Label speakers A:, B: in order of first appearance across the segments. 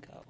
A: go.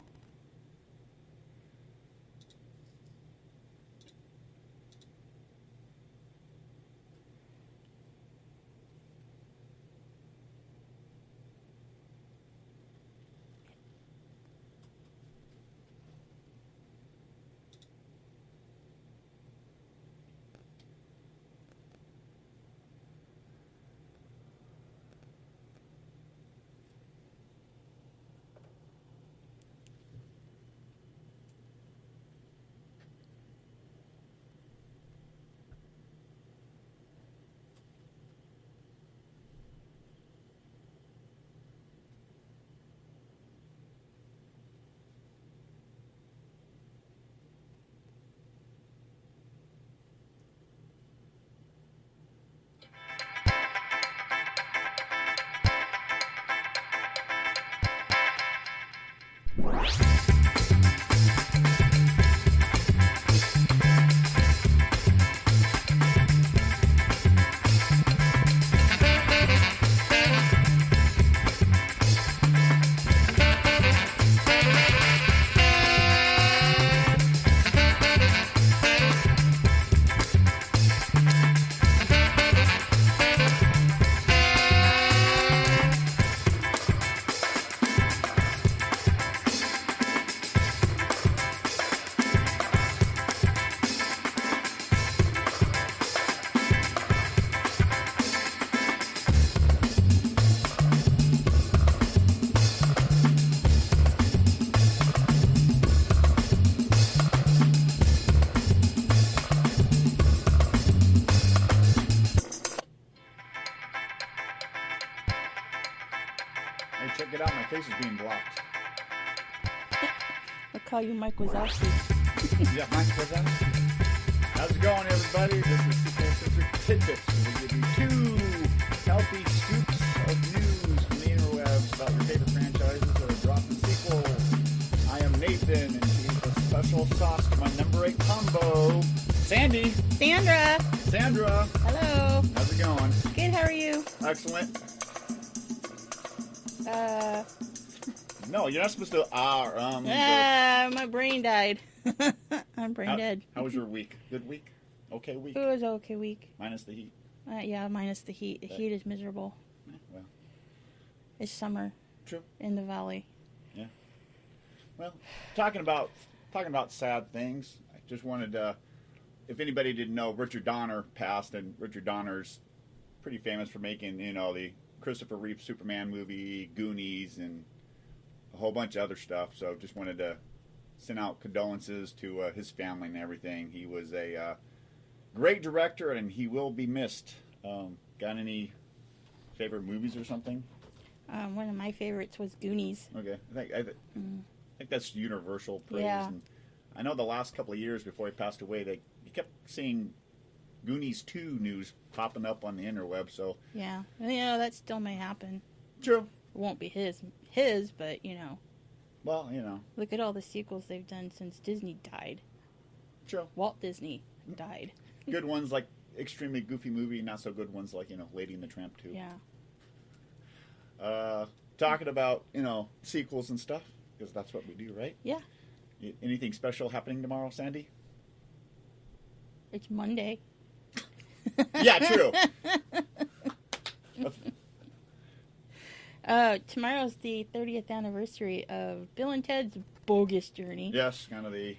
B: Hey, check it out. My face is being blocked.
A: I'll call you Mike Wazowski.
B: Yeah, Mike, what's up? How's it going, everybody? This is Super Centric Tidbits. We give you two healthy scoops of news from the interwebs about your favorite franchises that are dropping sequels. I am Nathan, and she's the special sauce to my number eight combo. Sandy,
A: Sandra!
B: Sandra,
A: Hello!
B: how's it going?
A: Good, how are you?
B: Excellent.
A: Uh,
B: No, you're not supposed to ah or um. or-
A: ah, my brain died. I'm brain
B: how,
A: dead.
B: How was your week? Good week? Okay week.
A: It was okay week.
B: Minus the heat.
A: Uh, yeah, minus the heat. The heat is miserable.
B: Eh, Well,
A: It's summer
B: true.
A: in the valley.
B: Well, talking about talking about sad things, I just wanted to. If anybody didn't know, Richard Donner passed, and Richard Donner's pretty famous for making you know the Christopher Reeve Superman movie, Goonies, and a whole bunch of other stuff. So just wanted to send out condolences to uh, his family and everything. He was a uh, great director, and he will be missed. Um, got any favorite movies or something?
A: Um, one of my favorites was Goonies.
B: Okay, I think I, th- I think that's universal praise.
A: Yeah.
B: And I know the last couple of years before he passed away, they you kept seeing Goonies two news popping up on the interweb. So
A: Yeah, you know that still may happen.
B: true.
A: It won't be his, his, but you know,
B: Well, you know,
A: look at all the sequels they've done since Disney died.
B: true.
A: Walt Disney died.
B: Good ones like extremely goofy movie, not so good ones like you know Lady and the Tramp two.
A: Yeah.
B: Uh, talking about you know sequels and stuff because that's what we do, right?
A: Yeah.
B: Y- Anything special happening tomorrow, Sandy?
A: It's Monday.
B: yeah, true.
A: Uh, tomorrow's the 30th anniversary of Bill and Ted's Bogus Journey.
B: yes, kind of the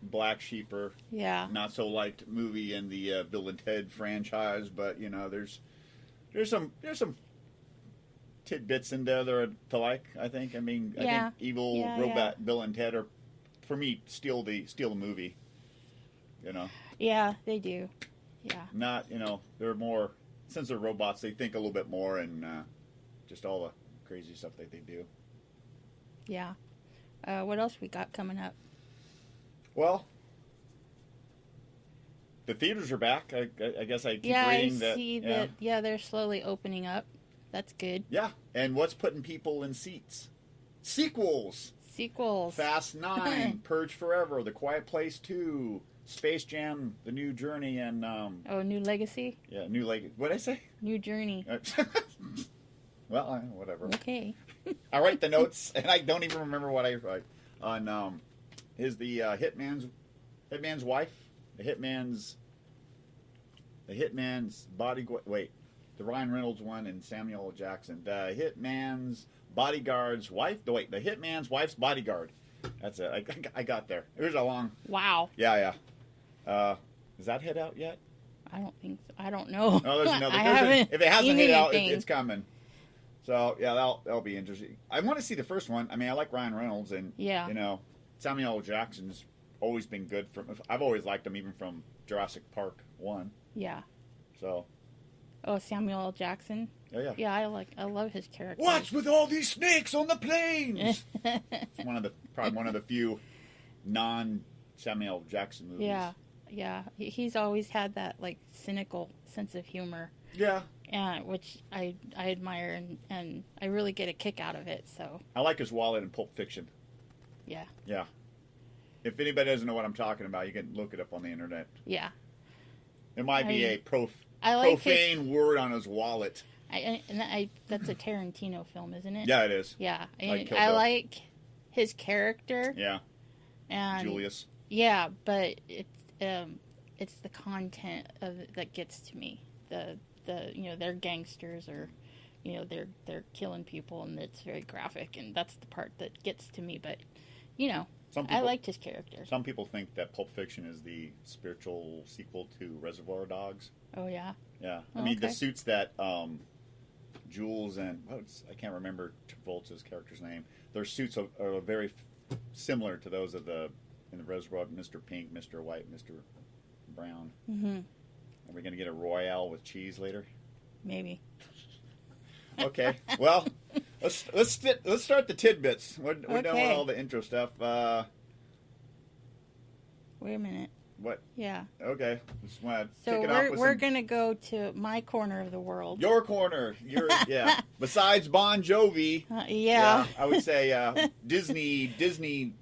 B: black sheep or
A: Yeah.
B: not so liked movie in the uh, Bill and Ted franchise, but you know, there's there's some there's some tidbits in there that are to like. I think. I mean, I
A: Yeah.
B: think evil
A: Yeah,
B: robot Bill and Ted are, for me, steal the steal the movie. You know,
A: Yeah, they do. Yeah.
B: not you know they're more since they're robots, they think a little bit more and uh, just all the crazy stuff that they do.
A: Yeah. Uh, what else we got coming up?
B: Well. The theaters are back. I, I- I guess I keep
A: yeah, I
B: reading that.
A: see
B: yeah.
A: that. Yeah, they're slowly opening up. That's good.
B: Yeah, and what's putting people in seats? Sequels:
A: Sequels.
B: Fast Nine, Purge Forever, The Quiet Place Two, Space Jam: The New Journey, and um,
A: Oh, New Legacy?
B: yeah, New Leg. What would I say?
A: New Journey.
B: Uh, well, I- whatever.
A: Okay.
B: I write the notes, and I don't even remember what I write. On um, is the uh, hitman's hitman's wife, the hitman's the hitman's bodyguard. Wait, the Ryan Reynolds one and Samuel L. Jackson. The hitman's bodyguard's wife. The wait, the hitman's wife's bodyguard. That's it. I, I got there. It was a long.
A: Wow.
B: Yeah, yeah. Uh, is that hit out yet?
A: I don't think so. I don't know.
B: No, Oh, there's another.
A: I
B: there's a-
A: haven't.
B: if it hasn't
A: seen
B: hit out, it,
A: anything.
B: it's coming. So yeah, that'll that'll be interesting. I want to see the first one. I mean, I like Ryan Reynolds, and
A: Yeah.
B: you know, Samuel L. Jackson's always been good. From I've always liked him, even from Jurassic Park one.
A: yeah.
B: So
A: Oh, Samuel L. Jackson.
B: yeah, yeah.
A: Yeah, I like. I love his character.
B: What's with all these snakes on the planes? it's one of the probably one of the few non Samuel L. Jackson movies.
A: Yeah, yeah. He- He's always had that like cynical sense of humor,
B: yeah.
A: uh, which I I admire and and I really get a kick out of it. So
B: I like his wallet in Pulp Fiction.
A: yeah,
B: Yeah. If anybody doesn't know what I'm talking about, you can look it up on the internet.
A: yeah.
B: It might be
A: I-
B: a prof-
A: I like his-
B: profane word on his wallet.
A: I, I and I that's a Tarantino film, isn't it?
B: Yeah, it is.
A: yeah.
B: Like
A: And
B: Kill
A: I
B: Bill.
A: like his character
B: Yeah,
A: and
B: Julius.
A: Yeah, but it's um, it's the content of that gets to me. The the you know they're gangsters or you know they're they're killing people and it's very graphic and that's the part that gets to me. But you know
B: Some
A: I
B: people,
A: liked his character.
B: Some people think that Pulp Fiction is the spiritual sequel to Reservoir Dogs.
A: Oh yeah,
B: Yeah, I
A: Oh,
B: mean the
A: okay.
B: suits that um, Jules and what was- I can't remember Travolta's character's name. Their suits are, are very f- similar to those of the in the Reservoir, Mr. Pink, Mr. White, Mr. Brown.
A: mm-hmm.
B: Are we going to get a Royale with cheese later?
A: maybe
B: Okay. Well, let's let's st- let's start the tidbits. We're, we're done with
A: Okay.
B: all the intro stuff. Uh,
A: wait a minute.
B: what?
A: Yeah,
B: Okay. Just want to
A: so
B: kick it off
A: we're
B: with
A: we're
B: some-
A: gonna go to my corner of the world.
B: your corner. Your yeah. Besides Bon Jovi,
A: Uh, yeah,
B: I would say uh, Disney, Disney,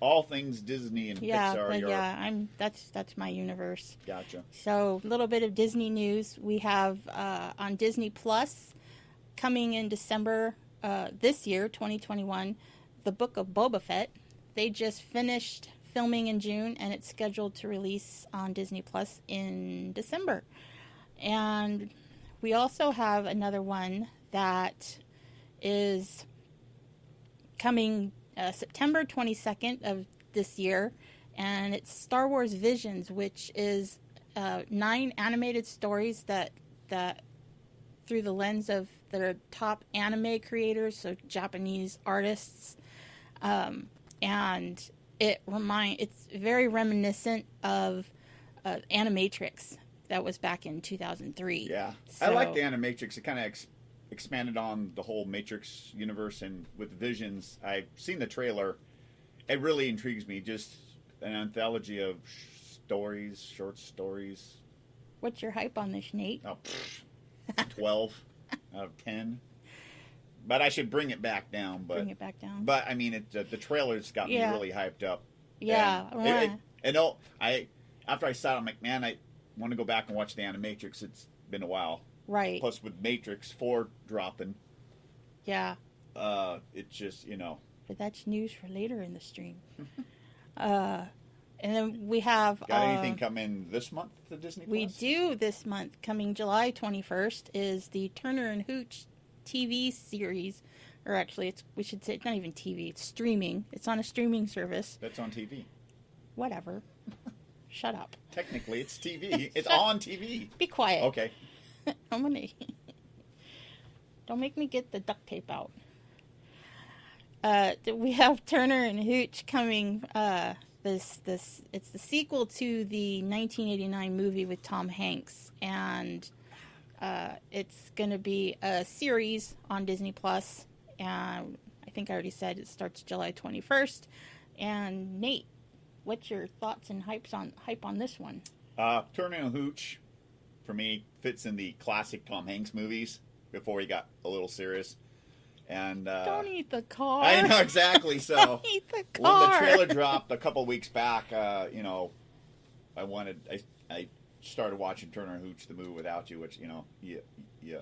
B: all things Disney and
A: yeah,
B: Pixar.
A: but
B: your,
A: yeah. I'm that's that's my universe.
B: Gotcha.
A: So, a little bit of Disney news. We have uh, on Disney Plus coming in December uh, this year, 2021, the Book of Boba Fett. They just finished filming in June and it's scheduled to release on Disney Plus in December. And we also have another one that is coming uh, September 22nd of this year, and it's Star Wars Visions, which is uh, nine animated stories that that through the lens of their top anime creators, so Japanese artists, um, and it remind it's very reminiscent of uh, Animatrix that was back in 2003.
B: Yeah, I
A: So-
B: like the Animatrix. It kind of ex- expanded on the whole Matrix universe, and with Visions, I've seen the trailer. It really intrigues me. Just an anthology of sh- stories, short stories.
A: What's your hype on this, Nate?
B: Oh, pfft, twelve out of ten. But I should bring it back down. But
A: Bring it back down.
B: but I mean, it, the, the trailer's got
A: Yeah.
B: me really hyped up.
A: yeah,
B: and,
A: yeah.
B: it- it- and oh, I after I saw it, I'm like, man, I want to go back and watch the Animatrix. It's been a while.
A: right.
B: Plus, with Matrix Four dropping,
A: Yeah,
B: uh, it's just you know,
A: but that's news for later in the stream. uh, and then we have
B: got
A: uh,
B: anything coming this month to Disney?
A: we
B: Plus?
A: do this month coming July twenty first is the Turner and Hooch TV series, or actually, it's we should say it's not even TV. It's streaming. It's on a streaming service.
B: That's on TV.
A: Whatever. Shut up.
B: Technically, it's TV. it's on TV.
A: Be quiet.
B: Okay.
A: I'm gonna. Don't make me get the duct tape out. Uh, th- we have Turner and Hooch coming. Uh, this this it's the sequel to the 1989 movie with Tom Hanks, and uh, it's going to be a series on Disney Plus. And I think I already said it starts July 21st. And Nate, what's your thoughts and hypes on hype on this one?
B: Uh, Turner and Hooch, for me, fits in the classic Tom Hanks movies before he got a little serious. And uh,
A: Don't eat the car.
B: I know exactly. So
A: Eat the car.
B: when the trailer dropped a couple weeks back, uh, you know, I wanted I I started watching Turner and Hooch the movie without you, which you know, you you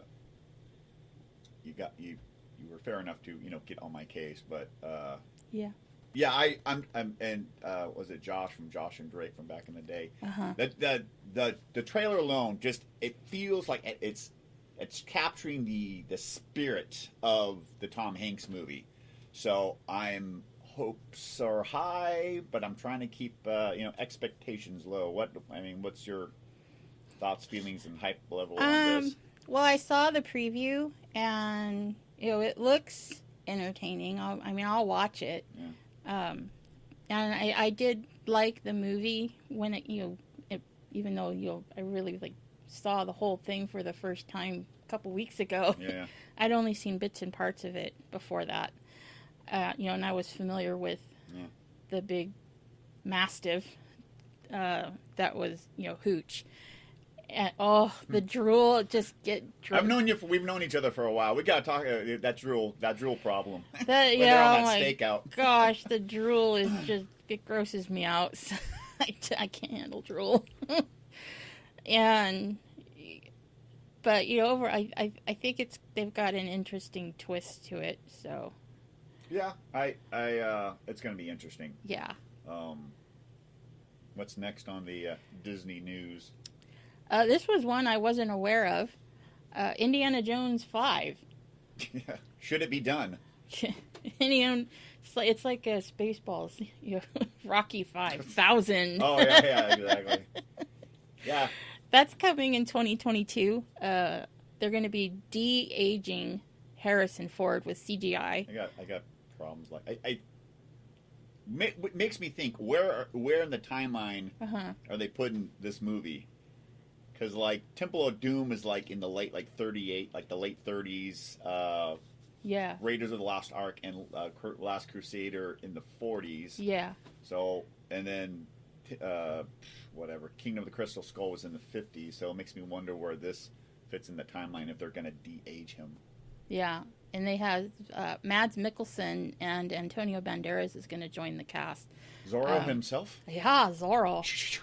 B: you got you you were fair enough to you know get on my case, but uh,
A: Yeah.
B: yeah, I I'm, I'm and uh, was it Josh from Josh and Drake from back in the day?
A: Uh-huh.
B: That the the the trailer alone just it feels like it, it's it's capturing the the spirit of the Tom Hanks movie. So I'm hopes are high, but I'm trying to keep uh, you know expectations low. What I mean, what's your thoughts, feelings, and hype level on
A: Um,
B: this?
A: well, I saw the preview, and you know it looks entertaining. I'll, I mean, I'll watch it.
B: Yeah.
A: Um, and I, I did like the movie when it you know it, even though you know I really like saw the whole thing for the first time a couple weeks ago.
B: Yeah,
A: I'd only seen bits and parts of it before that. Uh, you know, and I was familiar with
B: Yeah.
A: the big mastiff uh, that was, you know, Hooch. And oh, the drool just get drool.
B: Hmm. I've known you. For, we've known each other for a while. We gotta talk. Uh, that drool. That drool problem.
A: that,
B: When
A: yeah,
B: they're on
A: I'm
B: that
A: like,
B: stakeout.
A: gosh, the drool is just it grosses me out. So I, t- I can't handle drool. and but you know, over I, I I think it's they've got an interesting twist to it. So
B: Yeah, I, I, uh, it's gonna be interesting.
A: yeah.
B: Um, what's next on the uh, Disney news?
A: Uh, this was one I wasn't aware of. Uh, Indiana Jones Five.
B: Should it be done?
A: Indiana, it's like, it's like a Spaceballs, you know, Rocky Five Thousand.
B: Oh yeah, yeah, exactly. Yeah,
A: That's coming in 2022. Uh, they're going to be de aging Harrison Ford with CGI.
B: I got, I got problems. Like, I, I ma- what makes me think where, are- where in the timeline
A: Uh huh.
B: are they putting this movie? Because like Temple of Doom is like in the late like thirty eight, like the late thirties. Uh,
A: Yeah.
B: Raiders of the Lost Ark and uh, Cru- Last Crusader in the forties.
A: Yeah.
B: So, and then uh, whatever Kingdom of the Crystal Skull was in the 50s, so it makes me wonder where this fits in the timeline if they're going to de-age him.
A: Yeah. And they have uh, Mads Mikkelsen and Antonio Banderas is going to join the cast.
B: Zorro
A: Um,
B: himself.
A: Yeah, Zorro.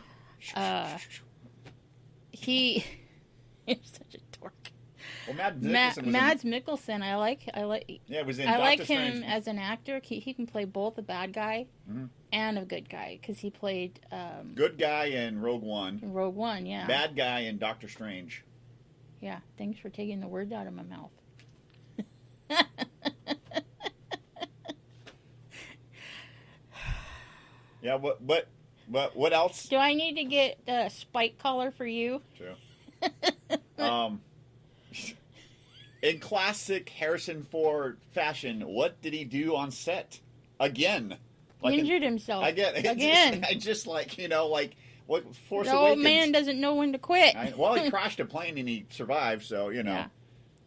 A: Uh, He is such a dork.
B: well, Mad
A: Ma-
B: Nicholson was in-
A: Mads Mikkelsen, I like. I like.
B: yeah, it was in
A: I
B: Doctor
A: like
B: Strange.
A: him as an actor. He, he can play both a bad guy
B: Mhm.
A: and a good guy because he played um,
B: good guy in Rogue One,
A: in Rogue One. Yeah.
B: bad guy in Doctor Strange.
A: Yeah, thanks for taking the word out of my mouth.
B: Yeah, what, what, what, what else?
A: Do I need to get a spike collar for you?
B: True. um, in classic Harrison Ford fashion, what did he do on set again?
A: He
B: in-
A: Injured himself.
B: I get it.
A: Again.
B: Just, I just like you know, like what Force
A: the old
B: Awakens.
A: man doesn't know when to quit.
B: I, well, he crashed a plane and he survived, so you know.
A: Yeah.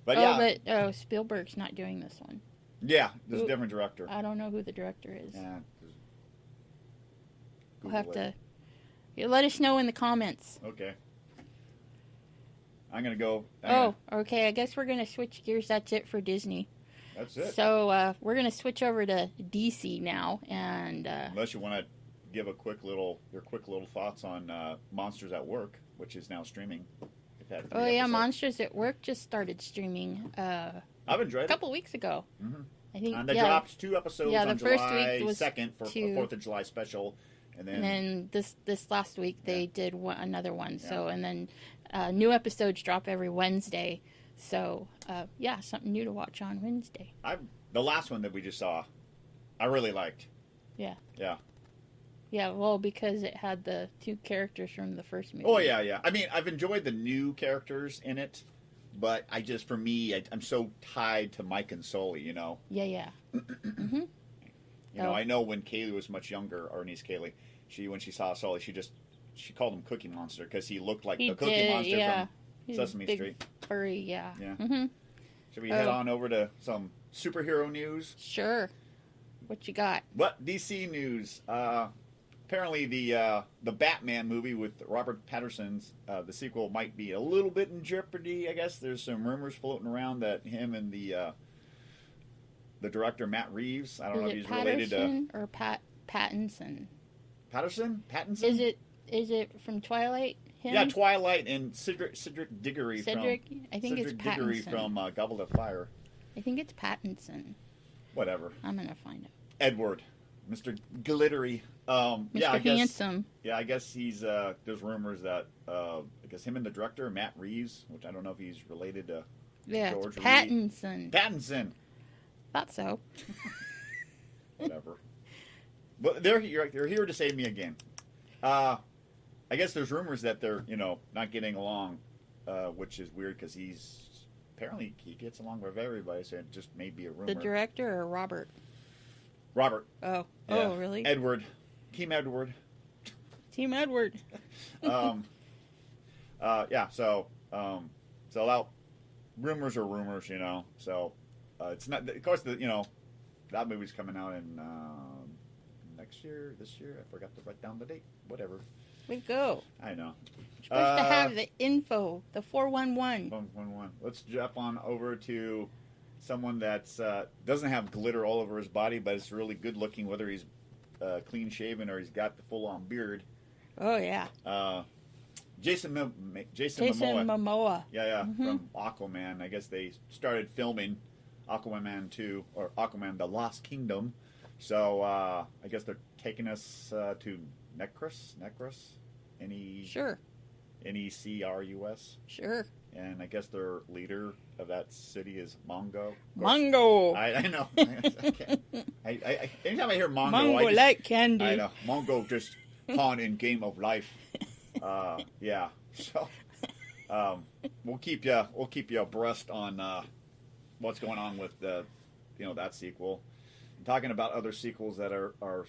B: But
A: oh,
B: yeah,
A: but oh, Spielberg's not doing this one.
B: yeah, there's a
A: Oop.
B: different director.
A: I don't know who the director is.
B: yeah, just
A: we'll
B: Google
A: have
B: it.
A: to. You let us know in the comments.
B: Okay. I'm gonna go. I'm
A: Oh,
B: gonna-
A: okay. I guess we're gonna switch gears. That's it for Disney.
B: that's it.
A: So uh, we're gonna switch over to DC now, and uh,
B: Unless you want to give a quick little your quick little thoughts on uh, Monsters at Work, which is now streaming. We've had
A: oh
B: three
A: yeah,
B: episodes.
A: Monsters at Work just started streaming uh,
B: I've
A: a
B: enjoyed it.
A: couple weeks ago.
B: Mhm.
A: I think
B: And they
A: yeah,
B: dropped two episodes
A: Yeah,
B: on
A: the first
B: July
A: week was
B: second for
A: two.
B: a Fourth of July special, and then,
A: and then this this last week they
B: Yeah.
A: did one, another one. So and then uh, new episodes drop every Wednesday. So uh, yeah, something new to watch on Wednesday.
B: I the last one that we just saw, I really liked.
A: Yeah, well because it had the two characters from the first movie.
B: Oh yeah, yeah. I mean, I've enjoyed the new characters in it, but I just for me, I, I'm so tied to Mike and Sully. You know,
A: yeah, yeah,
B: you know.
A: Oh.
B: I know when Kaylee was much younger, our niece Kaylee, she when she saw Sully, she just she called him Cookie Monster because he looked like
A: He
B: the Cookie
A: did,
B: Monster
A: yeah.
B: from
A: He's a
B: Sesame
A: big,
B: Street.
A: furry, yeah.
B: Yeah.
A: hmm
B: Should we head
A: Oh.
B: on over to some superhero news?
A: Sure. What you got?
B: But DC news. Uh, apparently, the uh, the Batman movie with Robert Patterson's uh, the sequel might be a little bit in jeopardy. I guess there's some rumors floating around that him and the uh, the director Matt Reeves. I don't know
A: Is
B: if
A: it
B: he's related to
A: Patterson or Pat Pattinson?
B: Patterson. Pattinson.
A: Is it is it from Twilight? Him?
B: Yeah, Twilight and Cedric, Cedric Diggory
A: Cedric.
B: from
A: I think
B: Cedric
A: it's
B: Diggory
A: Pattinson.
B: from uh, Goblet of Fire.
A: I think it's Pattinson.
B: Whatever.
A: I'm gonna find him.
B: Edward, Mr. Glittery. Um,
A: Mr.
B: Yeah, I guess.
A: Handsome.
B: Yeah, I guess he's. Uh, there's rumors that uh, I guess him and the director Matt Reeves, which I don't know if he's related to
A: Yeah, it's
B: George Lee.
A: Pattinson.
B: Pattinson.
A: Thought so.
B: Whatever. but they're here. They're here to save me again. Uh, I guess there's rumors that they're you know not getting along, uh, which is weird because he's apparently he gets along with everybody. So it just may be a rumor.
A: The director or Robert?
B: Robert.
A: Oh,
B: yeah.
A: oh, really?
B: Edward, Team Edward.
A: Team Edward.
B: um, uh, yeah, so um, so out rumors are rumors, you know. So uh, it's not, of course, the you know that movie's coming out in um, next year, this year. I forgot to write down the date. Whatever,
A: We go.
B: I know.
A: Supposed to
B: Uh,
A: have the info, the four one one.
B: One, one, one. Let's jump on over to someone that's uh, doesn't have glitter all over his body, but it's really good looking, whether he's uh, clean shaven or he's got the full on beard.
A: Oh yeah,
B: Uh, Jason, Mim- Ma- Jason, Momoa.
A: Jason Momoa.
B: Yeah, yeah,
A: Mhm.
B: from Aquaman. I guess they started filming Aquaman 2 or Aquaman the Lost Kingdom. So uh, I guess they're taking us uh, to Necrus, Necrus, N E
A: Sure,
B: N E C R U S,
A: sure.
B: and I guess their leader of that city is Mongo. Of course,
A: Mongo.
B: I, I know. I, can't- I, I, I, anytime I hear Mongo, I
A: Mongo
B: just,
A: like candy.
B: I know. Mongo just pawn in game of life. Uh, yeah. So um, we'll keep you we'll keep you abreast on uh, what's going on with the you know that sequel. And talking about other sequels that are are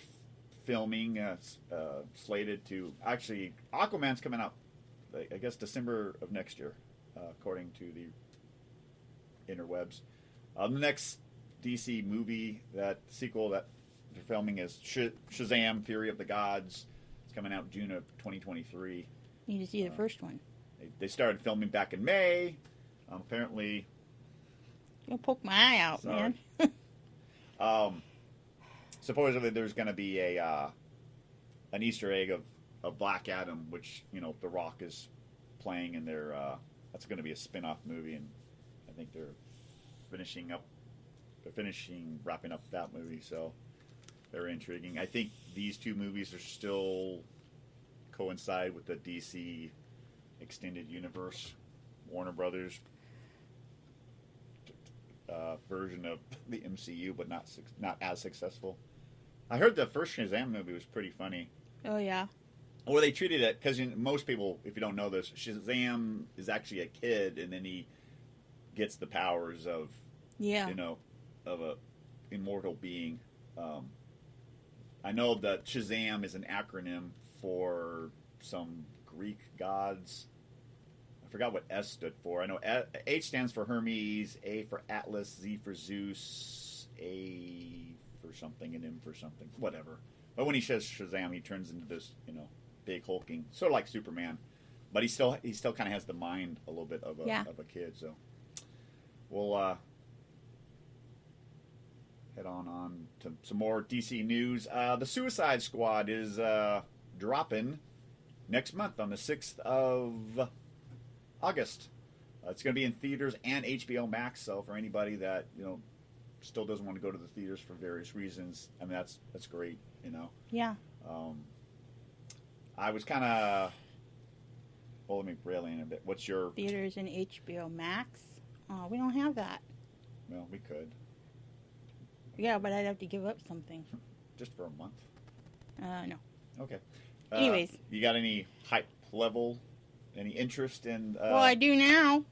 B: filming uh, s- uh, slated to actually Aquaman's coming out. I I guess December of next year, uh, according to the interwebs. Um, the next DC movie, that sequel that they're filming is Sh- Shazam: Fury of the Gods. It's coming out June of 2023.
A: Need to see
B: Uh,
A: the first one.
B: They, they started filming back in May. Um, apparently,
A: Don't poke my eye out,
B: Sorry.
A: man.
B: um, supposedly there's going to be a uh, an Easter egg of, of Black Adam, which you know The Rock is playing in their. Uh, that's going to be a spin-off movie, and I think they're finishing up, they're finishing wrapping up that movie. So very intriguing. I think these two movies are still coincide with the DC extended universe, Warner Brothers uh, version of the MCU, but not suc- not as successful. I heard the first Shazam movie was pretty funny.
A: Oh yeah.
B: Or they treated it because most people, if you don't know this, Shazam is actually a kid, and then he gets the powers of
A: Yeah.
B: you know of a immortal being. Um, I know that Shazam is an acronym for some Greek gods. I forgot what S stood for. I know A- H stands for Hermes, A for Atlas, Z for Zeus, A for something, and M for something. Whatever. But when he says Shazam, he turns into this, you know, big hulking, sort of like Superman. But he still he still kind of has the mind a little bit of a
A: Yeah.
B: of a kid. So we'll uh, head on on to some more DC news. Uh, the Suicide Squad is uh, dropping next month on the sixth of August. Uh, it's going to be in theaters and HBO Max. So for anybody that you know still doesn't want to go to the theaters for various reasons, I mean that's that's great. You know,
A: yeah.
B: um, I was kind of well. Let me rail in a bit. What's your
A: Theaters and HBO Max. Oh, we don't have that.
B: well? We could
A: Yeah, but I'd have to give up something.
B: just for a month.
A: Uh, no.
B: Okay. Uh,
A: Anyways.
B: you got any hype level? Any interest in? Uh,
A: well, I do now.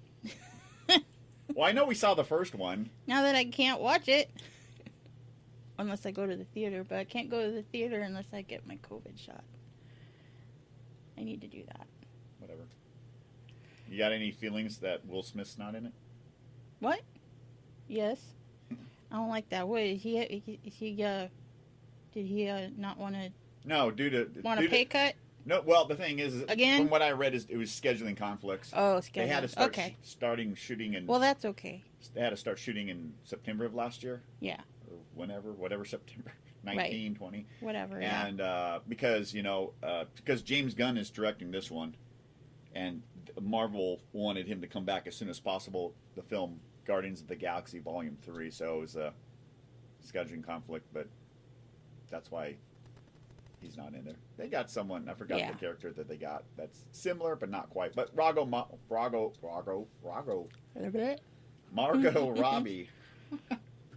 B: well, I know we saw the first one.
A: Now that I can't watch it, unless I go to the theater, but I can't go to the theater unless I get my COVID shot. I need to do that.
B: Whatever. You got any feelings that Will Smith's not in it?
A: What? Yes. I don't like that. What is he? Is he? Uh, did he uh, not want to
B: No, due to
A: want
B: due
A: a
B: to-
A: pay cut?
B: No, well, the thing is,
A: Again?
B: from what I read, is it was scheduling conflicts.
A: Oh,
B: they
A: schedule.
B: had to start
A: okay.
B: sh- starting shooting in.
A: Well, that's okay.
B: they had to start shooting in September of last year,
A: Yeah.
B: or whenever, whatever September, 19, 20.
A: Whatever. yeah.
B: and uh, because you know uh, because James Gunn is directing this one, and Marvel wanted him to come back as soon as possible. The film Guardians of the Galaxy Volume Three, so it was a scheduling conflict, but that's why he's not in there. They got someone I forgot
A: Yeah.
B: the character that they got that's similar but not quite. But Rago, Ma- Rago, Rago, Rago, Margot Robbie.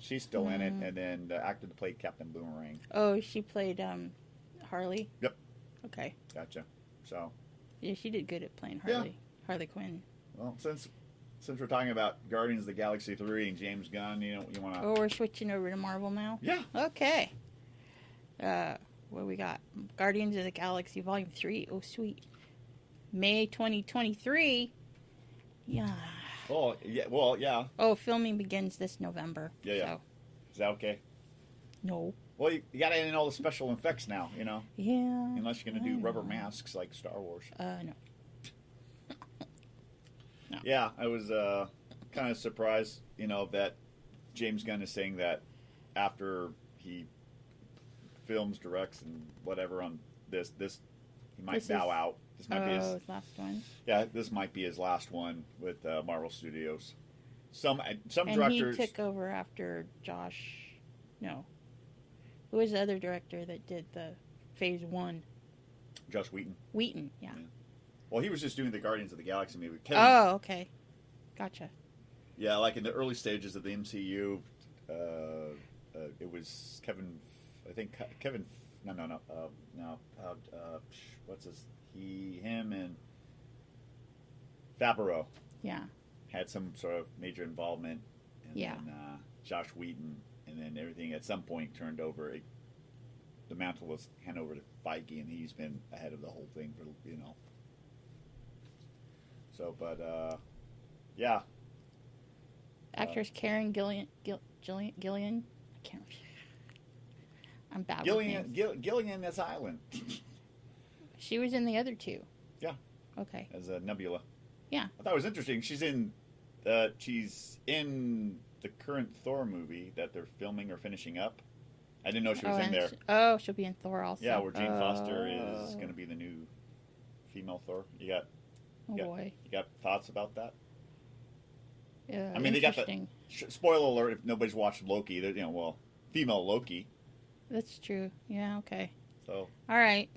B: She's still in it,
A: Mm.
B: and then the actor that played Captain Boomerang.
A: Oh, she played um, Harley.
B: Yep,
A: Okay.
B: gotcha. So,
A: Yeah, she did good at playing
B: Yeah.
A: Harley. Harley Quinn.
B: well, since since we're talking about Guardians of the Galaxy three and James Gunn, you know, you want to?
A: Oh, we're switching over to Marvel now.
B: Yeah,
A: Okay. Uh, what we got? Guardians of the Galaxy Volume Three. Oh, sweet. May 2023. Yeah.
B: Oh, yeah. Well, yeah.
A: Oh, filming begins this November.
B: Yeah, yeah.
A: So,
B: Is that okay?
A: no.
B: Well, you, you got to end all the special effects now, you know,
A: Yeah.
B: unless you're going to do
A: I
B: rubber
A: know.
B: masks like Star Wars.
A: Uh, no.
B: Yeah, I was uh, kind of surprised, you know, that James Gunn is saying that after he films, directs, and whatever on this, this he might
A: This is-
B: bow out. This might be
A: Oh,
B: his,
A: his last one.
B: yeah, this might be his last one with uh, Marvel Studios. Some uh, some
A: and
B: directors,
A: he took over after Josh. No. Who was the other director that did the Phase One?
B: Josh Wheaton.
A: Wheaton. Yeah.
B: Yeah. Well, he was just doing the Guardians of the Galaxy movie. Kevin
A: Oh, okay. Gotcha.
B: Yeah, like in the early stages of the MCU, uh, uh, it was Kevin. I think Ke- Kevin. No, no, no, uh, no. Uh, uh, psh, what's his? He, him, and Favreau
A: Yeah.
B: had some sort of major involvement, and
A: Yeah.
B: then uh, Josh Wheaton, and then everything at some point turned over. It, the mantle was handed over to Feige, and he's been ahead of the whole thing for you know. So, but uh, yeah, Uh,
A: Actress Karen Gillian, Gil, Gillian, Gillian. I can't. remember. I'm bad with
B: Gillian,
A: names.
B: Gil, Gillian is Island
A: She was in the other two.
B: Yeah.
A: Okay.
B: as a Nebula.
A: Yeah.
B: I thought it was interesting. She's in, uh, she's in the current Thor movie that they're filming or finishing up. I didn't know she was in
A: and
B: there.
A: she- oh, she'll be in Thor also.
B: yeah, where Jane Foster is
A: Oh.
B: going to be the new female Thor. You got
A: Oh
B: yeah.
A: boy.
B: you got thoughts about that?
A: Uh,
B: I mean, they got the-
A: interesting.
B: Sh- spoiler alert: If nobody's watched Loki, they're you know well female Loki.
A: That's true. Yeah. Okay.
B: So
A: All right.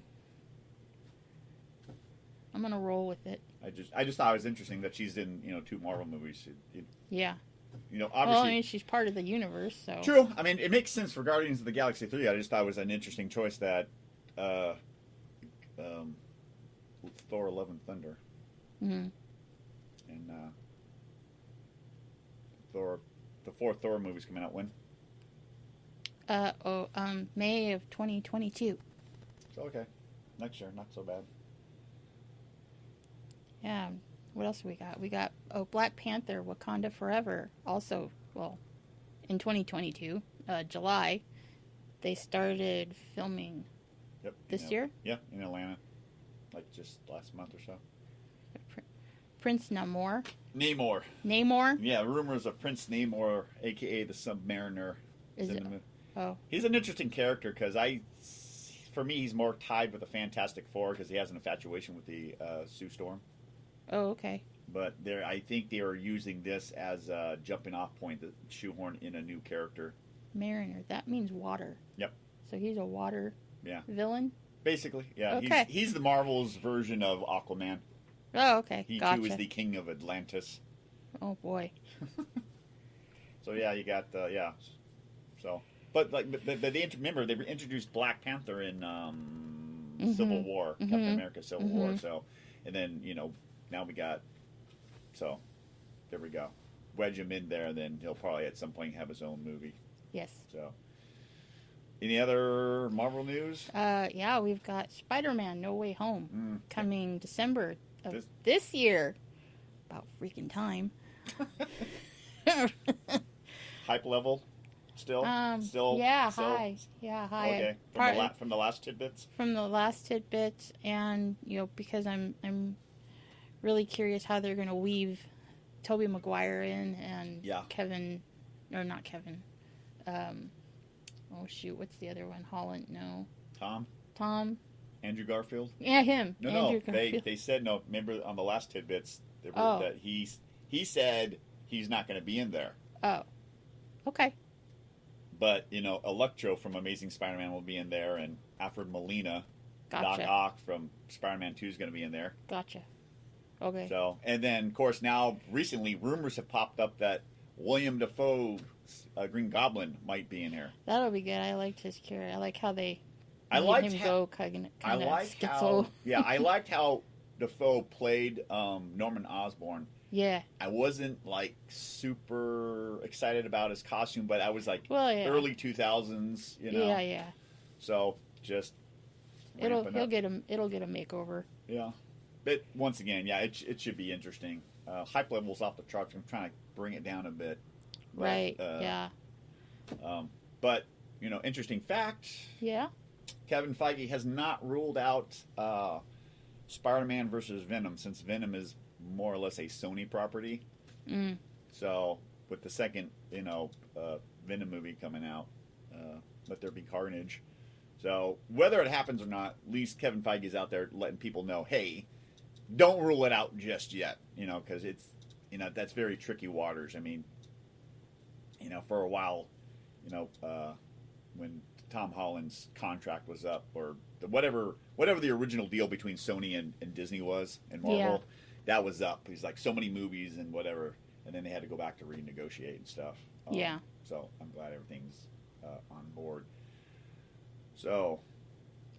A: I'm gonna roll with it.
B: I just I just thought it was interesting that she's in you know two Marvel movies. It- it-
A: Yeah.
B: you know
A: well, I
B: obviously
A: mean, she's part of the universe, so.
B: True. I mean, it makes sense for Guardians of the Galaxy three. I just thought it was an interesting choice that uh, um, Thor: Love and Thunder
A: Mhm.
B: and uh, Thor, the fourth Thor movie's coming out when?
A: Uh oh. Um, May of 2022.
B: So okay, next year, not so bad.
A: Yeah. What else we got? We got oh Black Panther, Wakanda Forever. Also, well, in 2022, uh, July, they started filming
B: Yep. in
A: this
B: Al-
A: year.
B: Yeah, in Atlanta, like just last month or so.
A: Pr- Prince Namor,
B: Namor.
A: Namor.
B: Yeah, rumors of Prince Namor, aka the Submariner,
A: Is
B: in
A: it-
B: the movie.
A: Oh,
B: He's an interesting character because I, for me, he's more tied with the Fantastic Four because he has an infatuation with the uh, Sue Storm.
A: oh, okay.
B: But there, I think they are using this as a jumping-off point to shoehorn in a new character.
A: Mariner. That means water.
B: Yep.
A: So he's a water
B: Yeah,
A: villain.
B: basically, yeah.
A: Okay.
B: He's, he's the Marvel's version of Aquaman.
A: Oh, okay.
B: He
A: gotcha.
B: too is the king of Atlantis.
A: Oh boy.
B: So yeah, you got uh, yeah. So, but like, but, but they int- remember they introduced Black Panther in um, Civil
A: Mhm.
B: War, Captain
A: Mhm.
B: America Civil War.
A: Mhm.
B: So, and then you know now we got so there we go. Wedge him in there, and then he'll probably at some point have his own movie.
A: Yes.
B: So, any other Marvel news?
A: Uh, yeah, we've got Spider-Man: No Way Home.
B: Mm.
A: coming December of
B: This-
A: this, year. About freaking time.
B: Hype level still,
A: um,
B: still,
A: yeah,
B: still?
A: hi, yeah, hi.
B: Okay, from
A: Part-
B: the, la- from the last tidbits.
A: from the last tidbit, and you know, because I'm I'm really curious how they're going to weave Toby Maguire in and
B: Yeah.
A: Kevin, no, not Kevin. Um, oh shoot, what's the other one? Holland? No,
B: Tom,
A: Tom.
B: Andrew Garfield.
A: Yeah, him.
B: No,
A: Andrew
B: no, they
A: Garfield.
B: they said no. Remember on the last tidbits they were,
A: Oh.
B: that he he said he's not going to be in there.
A: Oh, okay.
B: But you know, Electro from Amazing Spider-Man will be in there, and Alfred Molina, Doc
A: Gotcha.
B: Ock from Spider-Man Two is going to be in there.
A: Gotcha. Okay.
B: So, and then of course now recently rumors have popped up that William Defoe, uh, Green Goblin, might be in here.
A: That'll be good. I liked his cure. I like how they
B: I
A: made
B: liked
A: him
B: ho-
A: go kind of,
B: I like how yeah, I liked how Defoe played um, Norman Osborn.
A: yeah.
B: I wasn't like super excited about his costume, but I was like
A: Well, yeah.
B: early two thousands, you know.
A: Yeah, yeah.
B: So just
A: It'll
B: ramping
A: he'll
B: up.
A: get him. It'll get a makeover.
B: yeah. But once again, yeah, it, sh- it should be interesting. Uh, hype levels off the charts. I'm trying to bring it down a bit. But,
A: Right.
B: uh,
A: yeah.
B: Um, but you know, interesting fact:
A: Yeah.
B: Kevin Feige has not ruled out uh, Spider-Man versus Venom, since Venom is more or less a Sony property.
A: Mm.
B: So with the second, you know, uh, Venom movie coming out, uh, let there be carnage. So whether it happens or not, at least Kevin Feige is out there letting people know, hey, don't rule it out just yet, you know, because it's, you know, that's very tricky waters. I mean, you know, for a while, you know, uh, when Tom Holland's contract was up or the, whatever, whatever the original deal between Sony and, and Disney was and Marvel,
A: Yeah.
B: that was up. He's like so many movies and whatever, and then they had to go back to renegotiate and stuff. Um,
A: Yeah.
B: So I'm glad everything's uh, on board. So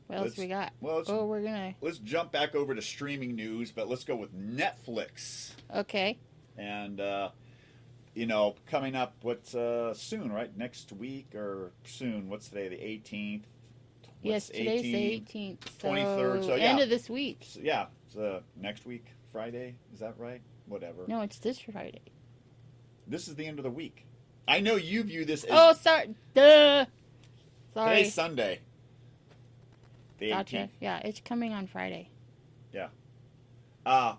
A: What else
B: let's-
A: we got?
B: Well, let's,
A: Oh, we're gonna.
B: let's jump back over to streaming news, but let's go with Netflix
A: Okay.
B: and. Uh, you know, coming up, what's uh, soon, right? Next week or soon? What's today? The 18th?
A: yes.
B: What's
A: Today's
B: 18th?
A: the 18th. So
B: 23rd, so
A: end
B: yeah.
A: of this week.
B: So, yeah, it's uh, next week, Friday. Is that right? Whatever.
A: No, it's this Friday.
B: This is the end of the week. I know you view this as
A: Oh, sorry. Duh. Sorry.
B: today's Sunday. The
A: Gotcha.
B: 18th.
A: Yeah, it's coming on Friday.
B: Uh,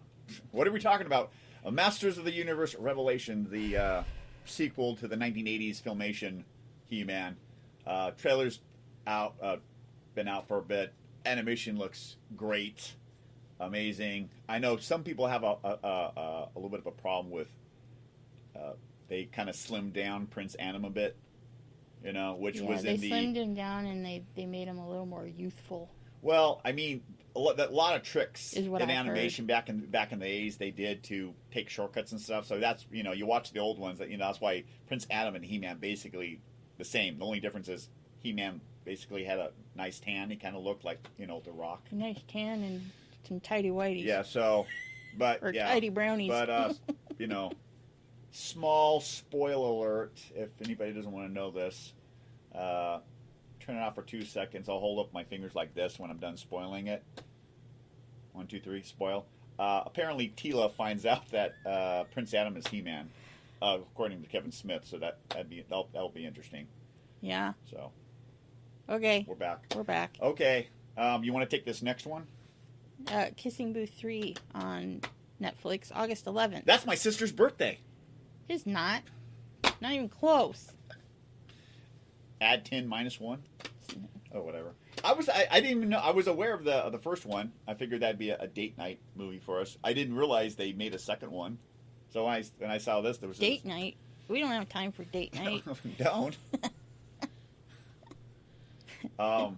B: what are we talking about? Uh, Masters of the Universe Revelation, the uh, sequel to the 1980s filmation He-Man. Uh, trailer's out, uh, been out for a bit. Animation looks great, amazing. I know some people have a a, a, a- a little bit of a problem with. Uh, they kind of slimmed down Prince Adam a bit, you know, which
A: yeah,
B: was
A: they
B: in the
A: slimmed him down and they they made him a little more youthful.
B: Well, I mean, a lot, a lot of tricks
A: Is what
B: in
A: I've
B: animation back in back in the eighties they did to take shortcuts and stuff. So that's you know you watch the old ones that you know that's why Prince Adam and He Man basically the same. The only difference is He Man basically had a nice tan. He kind of looked like you know the Rock.
A: A nice tan and some tidy whities.
B: Yeah. So, but
A: Or
B: yeah,
A: tidy brownies.
B: but uh, you know, small spoil alert. If anybody doesn't want to know this, uh, turn it off for two seconds. I'll hold up my fingers like this when I'm done spoiling it. One, two, three, spoil. Uh, apparently, Tila finds out that uh, Prince Adam is He-Man, uh, according to Kevin Smith. So that that'd be that'll, that'll be interesting.
A: yeah.
B: So
A: Okay.
B: we're back.
A: We're back.
B: Okay, um, you want to take this next one?
A: Uh, Kissing Booth 3 on Netflix, August 11th.
B: That's my sister's birthday.
A: It's not. Not even close.
B: add 10 minus 1 oh whatever i was I, I didn't even know i was aware of the of the first one i figured that'd be a, a date night movie for us i didn't realize they made a second one so when i when i saw this there was
A: Date night. We don't have time for date night.
B: don't um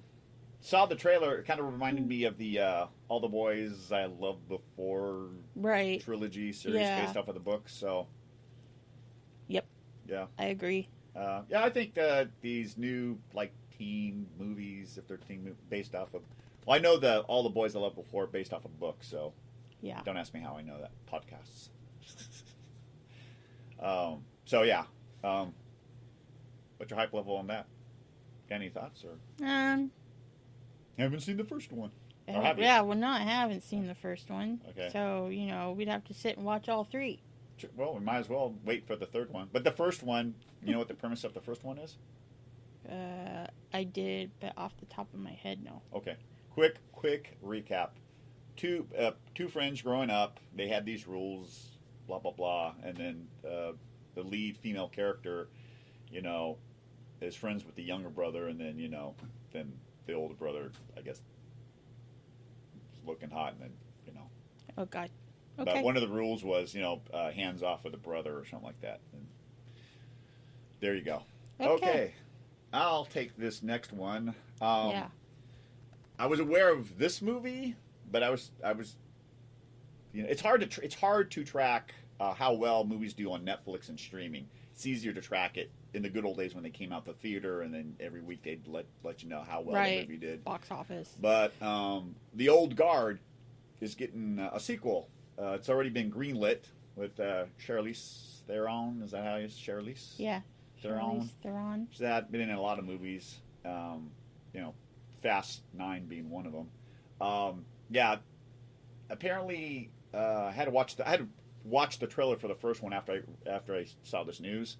B: saw the trailer it kind of reminded me of the uh all the boys i loved before
A: right.
B: trilogy series
A: Yeah.
B: based off of the book so
A: Yep.
B: yeah
A: I agree.
B: Uh, yeah, I think uh, these new like teen movies, if they're teen mo- based off of, well, I know the all the boys I loved before are based off of books. So
A: Yeah.
B: don't ask me how I know that podcasts. um, so yeah, um, what's your hype level on that? Got any thoughts or
A: Um.
B: haven't seen the first one?
A: I
B: Or Oh, have
A: don't-
B: you?
A: Yeah, well, no, I haven't seen the first one.
B: Okay.
A: So, you know, we'd have to sit and watch all three.
B: Sure, Well, we might as well wait for the third one. But the first one, you know what the premise of the first one is?
A: Uh, I did, but off the top of my head, no.
B: Okay. Quick, quick recap. Two uh, two friends growing up, they had these rules, blah blah blah, and then uh, the lead female character, you know, is friends with the younger brother, and then you know, then the older brother, I guess, is looking hot, and then you know,
A: Oh, God. Okay.
B: But one of the rules was, you know, uh, hands off with a brother or something like that. And there you go.
A: Okay.
B: I'll take this next one. Um,
A: yeah.
B: I was aware of this movie, but I was I was you know, it's hard to tr- it's hard to track uh, how well movies do on Netflix and streaming. It's easier to track it in the good old days when they came out the theater and then every week they'd let let you know how well the
A: right.
B: movie did.
A: Box office.
B: But um, the old guard is getting uh, a sequel. Uh, it's already been greenlit with uh, Charlize Theron. Is that how you Charlize?
A: yeah.
B: Theron.
A: Charlize Theron.
B: She's had been in a lot of movies. Um, you know, Fast Nine being one of them. Um, yeah, apparently uh, I had to watch the I had to watch the trailer for the first one after I after I saw this news.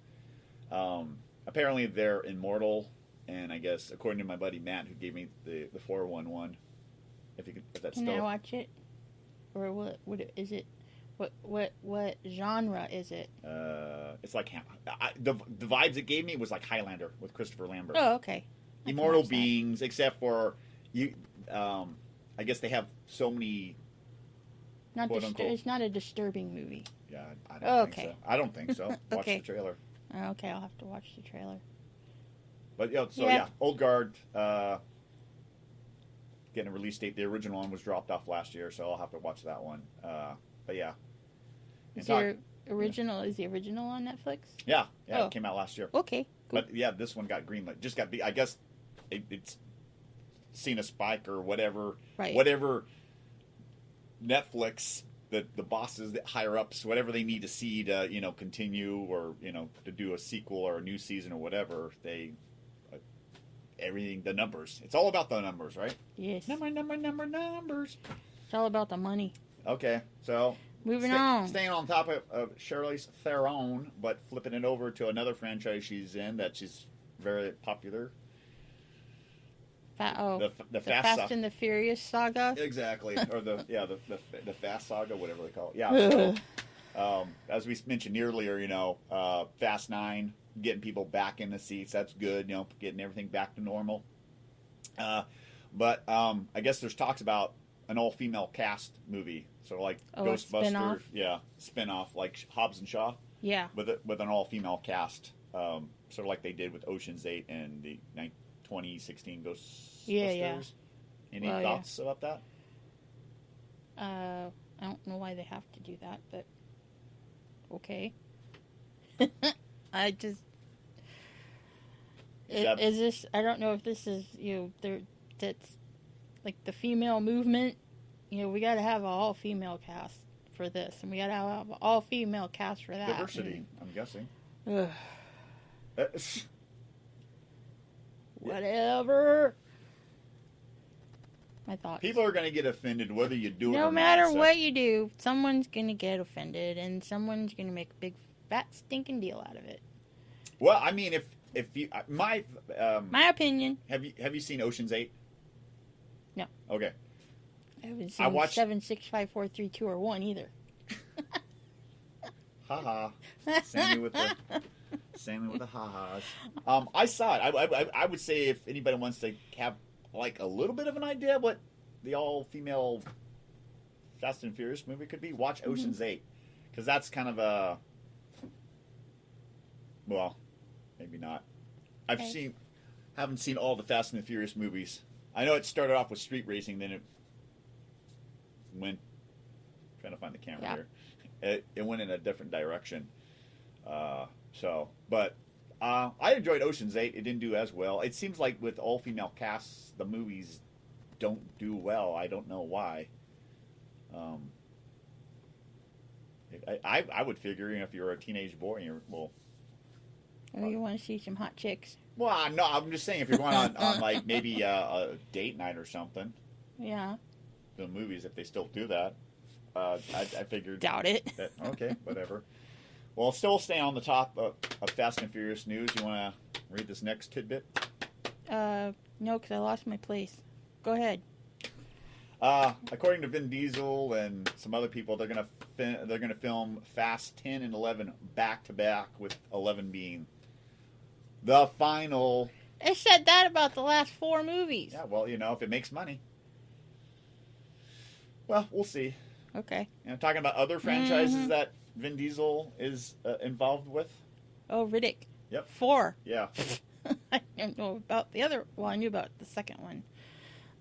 B: Um, apparently they're immortal, and I guess according to my buddy Matt, who gave me the the four one one. If you could, if that's
A: Can I
B: still
A: watch it? Or what? What is it? What what what genre is it?
B: uh, it's like Ham- I, the the vibes it gave me was like Highlander with Christopher Lambert.
A: Oh, okay. I can
B: immortal
A: watch that.
B: beings, except for you. Um, I guess they have so many.
A: Not
B: quote,
A: distur-
B: unquote.
A: it's not a disturbing movie.
B: Yeah, uh, I don't think
A: Oh, Okay.
B: so. I don't think so. Watch
A: Okay.
B: the trailer.
A: Oh, Okay, I'll have to watch the trailer.
B: But yeah, so yeah,
A: Yeah.
B: Old Guard uh, getting a release date. The original one was dropped off last year, so I'll have to watch that one. Uh, but yeah, And
A: Is
B: talk-
A: your original is the original on Netflix?
B: yeah, yeah,
A: Oh.
B: it came out last year.
A: Okay, cool.
B: But yeah, this one got greenlit. Just got. be- I guess it, it's seen a spike or whatever.
A: Right.
B: Whatever Netflix, the the bosses, the higher ups, whatever they need to see to you know continue or you know to do a sequel or a new season or whatever they. uh, Everything, the numbers. It's all about the numbers, right?
A: yes,
B: Number, number, number, numbers.
A: it's all about the money.
B: Okay, so
A: Moving
B: Stay-
A: on.
B: Staying on top of, of Charlize Theron, but flipping it over to another franchise she's in that she's very popular.
A: Fa- oh,
B: The,
A: the,
B: f- the,
A: Fast,
B: Fast, Saga.
A: and the Furious saga.
B: Exactly. or the, yeah, the, the, the Fast Saga, whatever they call it. Yeah.
A: Ugh.
B: um, as we mentioned earlier, you know, uh, Fast Nine, getting people back in the seats. That's good. You know, getting everything back to normal. Uh, but um, I guess there's talks about an all-female cast movie, sort of like
A: Oh, a
B: Ghostbuster,
A: spin-off?
B: yeah, spin-off like Hobbs and Shaw
A: yeah,
B: with a, with an all-female cast, um, sort of like they did with Ocean's Eight and the nine- 2016 Ghostbusters.
A: Yeah, yeah.
B: Any
A: Well, yeah.
B: thoughts about that?
A: uh, I don't know why they have to do that, but okay. I just
B: Is
A: I-
B: that-
A: is this? I don't know if this is you. Know, there, that's like the female movement. You know, we got to have an all female cast for this, and we got to have an all female cast for that.
B: Diversity, I'm guessing.
A: And, ugh,
B: Uh,
A: whatever. My thoughts.
B: people are going to get offended whether you do it or
A: no
B: not,
A: matter
B: so-
A: what you do, someone's gonna get offended, and someone's gonna make a big fat stinking deal out of it.
B: Well, I mean, if if you I- my um,
A: My opinion.
B: have you have you seen Ocean's Eight?
A: No.
B: Okay.
A: I haven't
B: I
A: seen
B: watched-
A: seven, six, five, four, three, two, or one either.
B: Ha ha. Sammy with the Sammy with the ha-has. Um, I saw it. I, I, I would say if anybody wants to have like a little bit of an idea what the all-female Fast and Furious movie could be, watch Ocean's Eight because that's kind of a well, maybe not. I've
A: Okay.
B: seen haven't seen all the Fast and the Furious movies. I know it started off with street racing, then it went trying to find the camera
A: Yeah.
B: here. It, it went in a different direction. Uh, so, but uh, I enjoyed Ocean's Eight. It didn't do as well. It seems like with all female casts, the movies don't do well. I don't know why. Um, it- I, I, I would figure you know, if you're a teenage boy, and you're well.
A: Oh, you want to see some hot chicks?
B: Well, I- no, I'm just saying if you're going on, on like maybe uh, a date night or something,
A: Yeah,
B: the movies if they still do that. Uh, I, I figured
A: doubt it.
B: that okay, whatever. Well, still staying on the top of, of Fast and Furious news. You want to read this next tidbit?
A: Uh, no, because I lost my place. Go ahead.
B: Uh, according to Vin Diesel and some other people, they're gonna fi- they're gonna film Fast 10 and 11 back to back, with 11 being the final.
A: I said that about the last four movies.
B: Yeah, well, you know, if it makes money. Well, we'll see.
A: Okay.
B: You know, talking about other franchises that Vin Diesel is uh, involved with.
A: Oh, Riddick.
B: Yep.
A: Four.
B: Yeah.
A: I didn't know about the other. Well, I knew about the second one.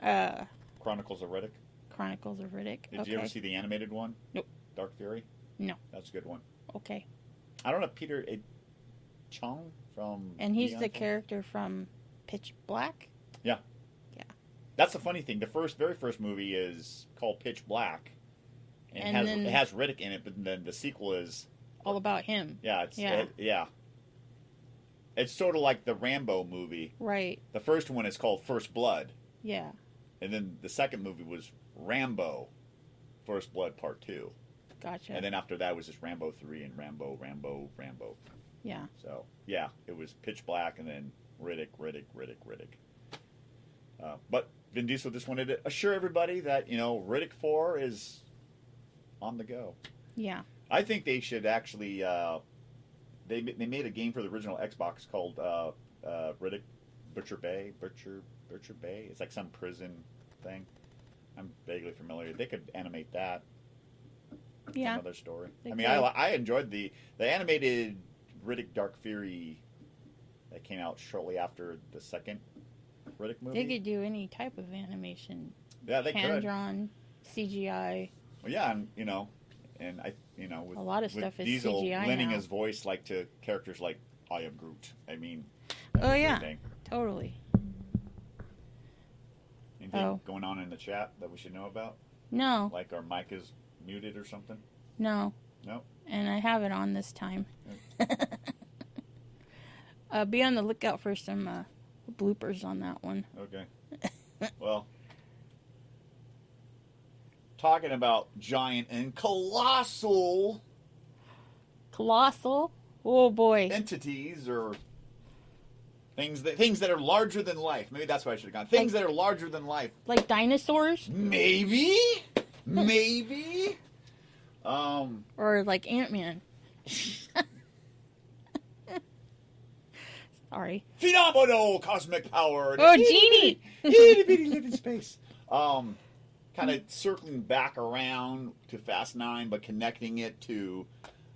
A: Uh,
B: Chronicles of Riddick.
A: Chronicles of Riddick.
B: Did
A: okay.
B: you ever see the animated one?
A: Nope.
B: Dark Fury.
A: No.
B: That's a good one.
A: Okay.
B: I don't know Peter it, Chong from.
A: And he's
B: Neon
A: the
B: Chong?
A: character from Pitch Black.
B: Yeah.
A: Yeah.
B: That's the funny thing. The first, very first movie is called Pitch Black, and,
A: And
B: has,
A: then-
B: it has Riddick in it. But then the sequel is
A: All about him.
B: yeah, it's
A: Yeah.
B: it- yeah. It's sort of like the Rambo movie.
A: Right.
B: The first one is called First Blood,
A: Yeah.
B: and then the second movie was Rambo, First Blood Part Two,
A: Gotcha.
B: and then after that was just Rambo Three and Rambo, Rambo, Rambo.
A: yeah.
B: So yeah, it was pitch black, and then Riddick, Riddick, Riddick, Riddick. Uh, but Vin Diesel just wanted to assure everybody that you know Riddick Four is on the go.
A: Yeah.
B: I think they should actually. Uh, they they made a game for the original Xbox called uh, uh, Riddick Butcher Bay, Butcher Butcher Bay. It's like some prison thing. I'm vaguely familiar. They could animate that. It's
A: Yeah.
B: another story.
A: They
B: I mean, I, I enjoyed the the animated Riddick Dark Fury that came out shortly after the second Riddick movie.
A: They could do any type of animation,
B: yeah, they
A: hand
B: could.
A: drawn, CGI.
B: Well, yeah, and you know, and I, you know, with,
A: A lot of
B: with
A: stuff is
B: Diesel
A: CGI
B: lending
A: now.
B: his voice like to characters like I am Groot. I mean,
A: Oh,
B: that's a
A: yeah.
B: good thing.
A: Totally.
B: Anything
A: Oh.
B: going on in the chat that we should know about?
A: No.
B: Like our mic is muted or something?
A: No.
B: No.
A: and I have it on this time. uh, be on the lookout for some uh, bloopers on that one.
B: Okay. well, talking about giant and colossal
A: Colossal. Oh boy.
B: entities or things that things that are larger than life. Maybe that's why I should have gone. Things that are larger than life.
A: like dinosaurs
B: Maybe. Maybe. Um.
A: or like Ant Man. Sorry.
B: phenomenal cosmic power. and
A: Oh, genie!
B: itty bitty living space. Um, kind of circling back around to Fast Nine, but connecting it to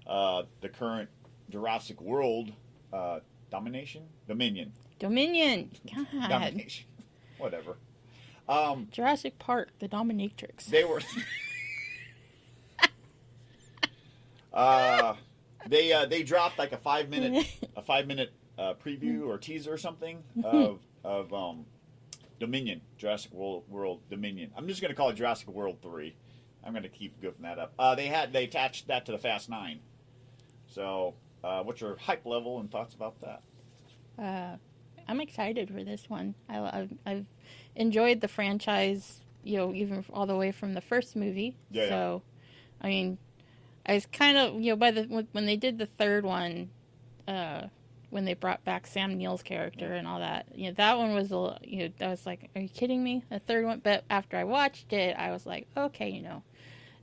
B: uh, the current Jurassic World uh, domination, Dominion,
A: Dominion. God.
B: domination, whatever. Um,
A: Jurassic Park, the Dominatrix.
B: they were. uh, they uh, they dropped like a five minute a five minute uh, preview or teaser or something of of um, Dominion Jurassic World, World Dominion. I'm just gonna call it Jurassic World Three. I'm gonna keep goofing that up. Uh, they had they attached that to the Fast Nine. So, uh, what's your hype level and thoughts about that?
A: Uh, I'm excited for this one. I, I've, I've enjoyed the franchise, you know, even all the way from the first movie.
B: Yeah, yeah.
A: so, I mean, I was kind of, you know, by the when they did the third one, uh, when they brought back Sam Neill's character and all that, you know, that one was a, li- you know, I was like, are you kidding me? The third one, but after I watched it, I was like, okay, you know,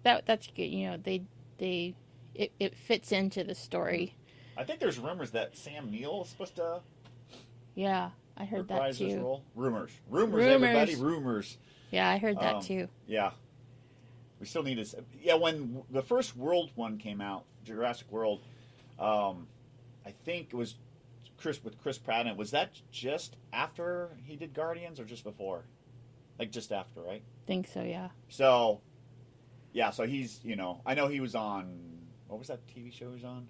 A: that that's good. You know, they they it, it fits into the story.
B: I think there's rumors that Sam Neill is supposed to
A: Yeah, I heard that
B: reprise his
A: too.
B: role. Rumors, rumors,
A: Rumors.
B: everybody, rumors.
A: Yeah, I heard that
B: Um,
A: too.
B: Yeah. We still need to. s- Yeah, when the first World one came out, Jurassic World, um, I think it was Chris with Chris Pratt. And was that just after he did Guardians or just before? Like just after, right?
A: Think so, yeah.
B: So, yeah. So he's you know I know he was on what was that TV show he was on?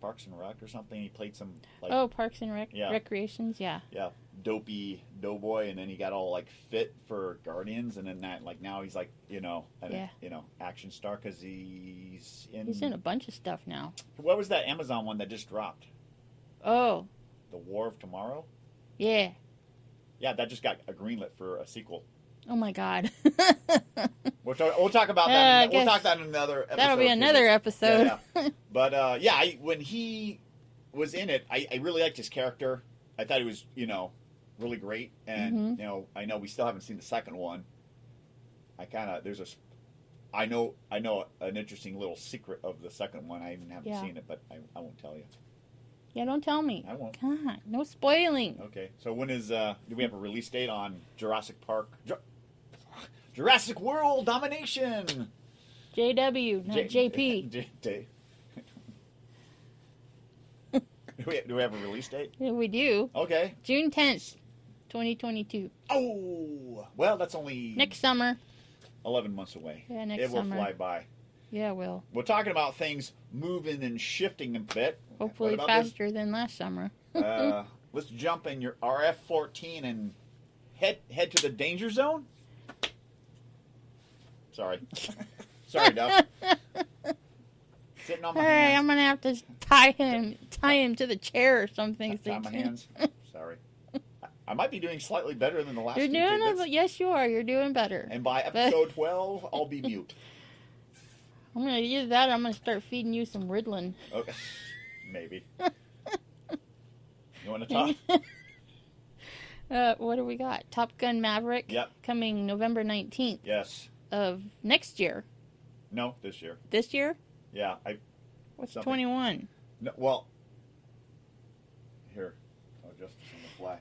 B: Parks and Rec or something. He played some like
A: oh, Parks and Rec-
B: Yeah.
A: Recreations, yeah.
B: yeah, dopey doughboy, and then he got all like fit for Guardians, and then that like now he's like you know an,
A: Yeah.
B: you know action star because he's in,
A: He's in a bunch of stuff now.
B: what was that Amazon one that just dropped
A: Oh,
B: the War of Tomorrow?
A: yeah.
B: Yeah, that just got a greenlit for a sequel.
A: Oh my God.
B: We'll talk, we'll talk about
A: Yeah, Uh, I
B: that. in- we'll
A: guess
B: talk that in another. episode.
A: That'll be
B: 'cause
A: another
B: it's-
A: episode.
B: Yeah, But uh, yeah, I, when he was in it, I, I really liked his character. I thought he was, you know, really great. And
A: Mhm.
B: you know, I know we still haven't seen the second one. I kind of there's a, s- I know I know an interesting little secret of the second one. I even haven't
A: Yeah.
B: seen it, but I, I won't tell you.
A: Yeah, don't tell me.
B: I won't.
A: God, no spoiling.
B: Okay. So when is uh? Do we have a release date on Jurassic Park? Ju- Jurassic World Domination.
A: JW, not JP.
B: J- J- do, we, do we have a release date?
A: Yeah, we do.
B: Okay.
A: June 10th, 2022.
B: Oh, well, that's only
A: Next summer.
B: 11 months away.
A: Yeah, next
B: it will
A: summer.
B: fly by.
A: Yeah, well,
B: We're talking about things moving and shifting a bit.
A: hopefully
B: What about
A: faster than last summer.
B: this? uh, let's jump in your RF-14 and head head to the danger zone. Sorry, sorry, Duff. Sitting on my
A: All right, I'm
B: hands.
A: gonna have to tie him, tie him to the chair or something. so
B: Tie
A: he
B: my
A: can't-
B: hands. Sorry. I- I might be doing slightly better than the last
A: You're
B: two
A: doing
B: tidbits.
A: it, yes, you are. You're doing better.
B: And by episode 12, I'll be mute.
A: I'm gonna use that. I'm gonna start feeding you some Ritalin.
B: Okay. Maybe. You want to talk?
A: uh, what do we got? Top Gun Maverick.
B: Yep.
A: Coming November 19th
B: Yes.
A: of next year.
B: No, this year.
A: This year?
B: Yeah. I
A: What's
B: Something.
A: 21?
B: no, Well, here. Oh, Justice on the fly.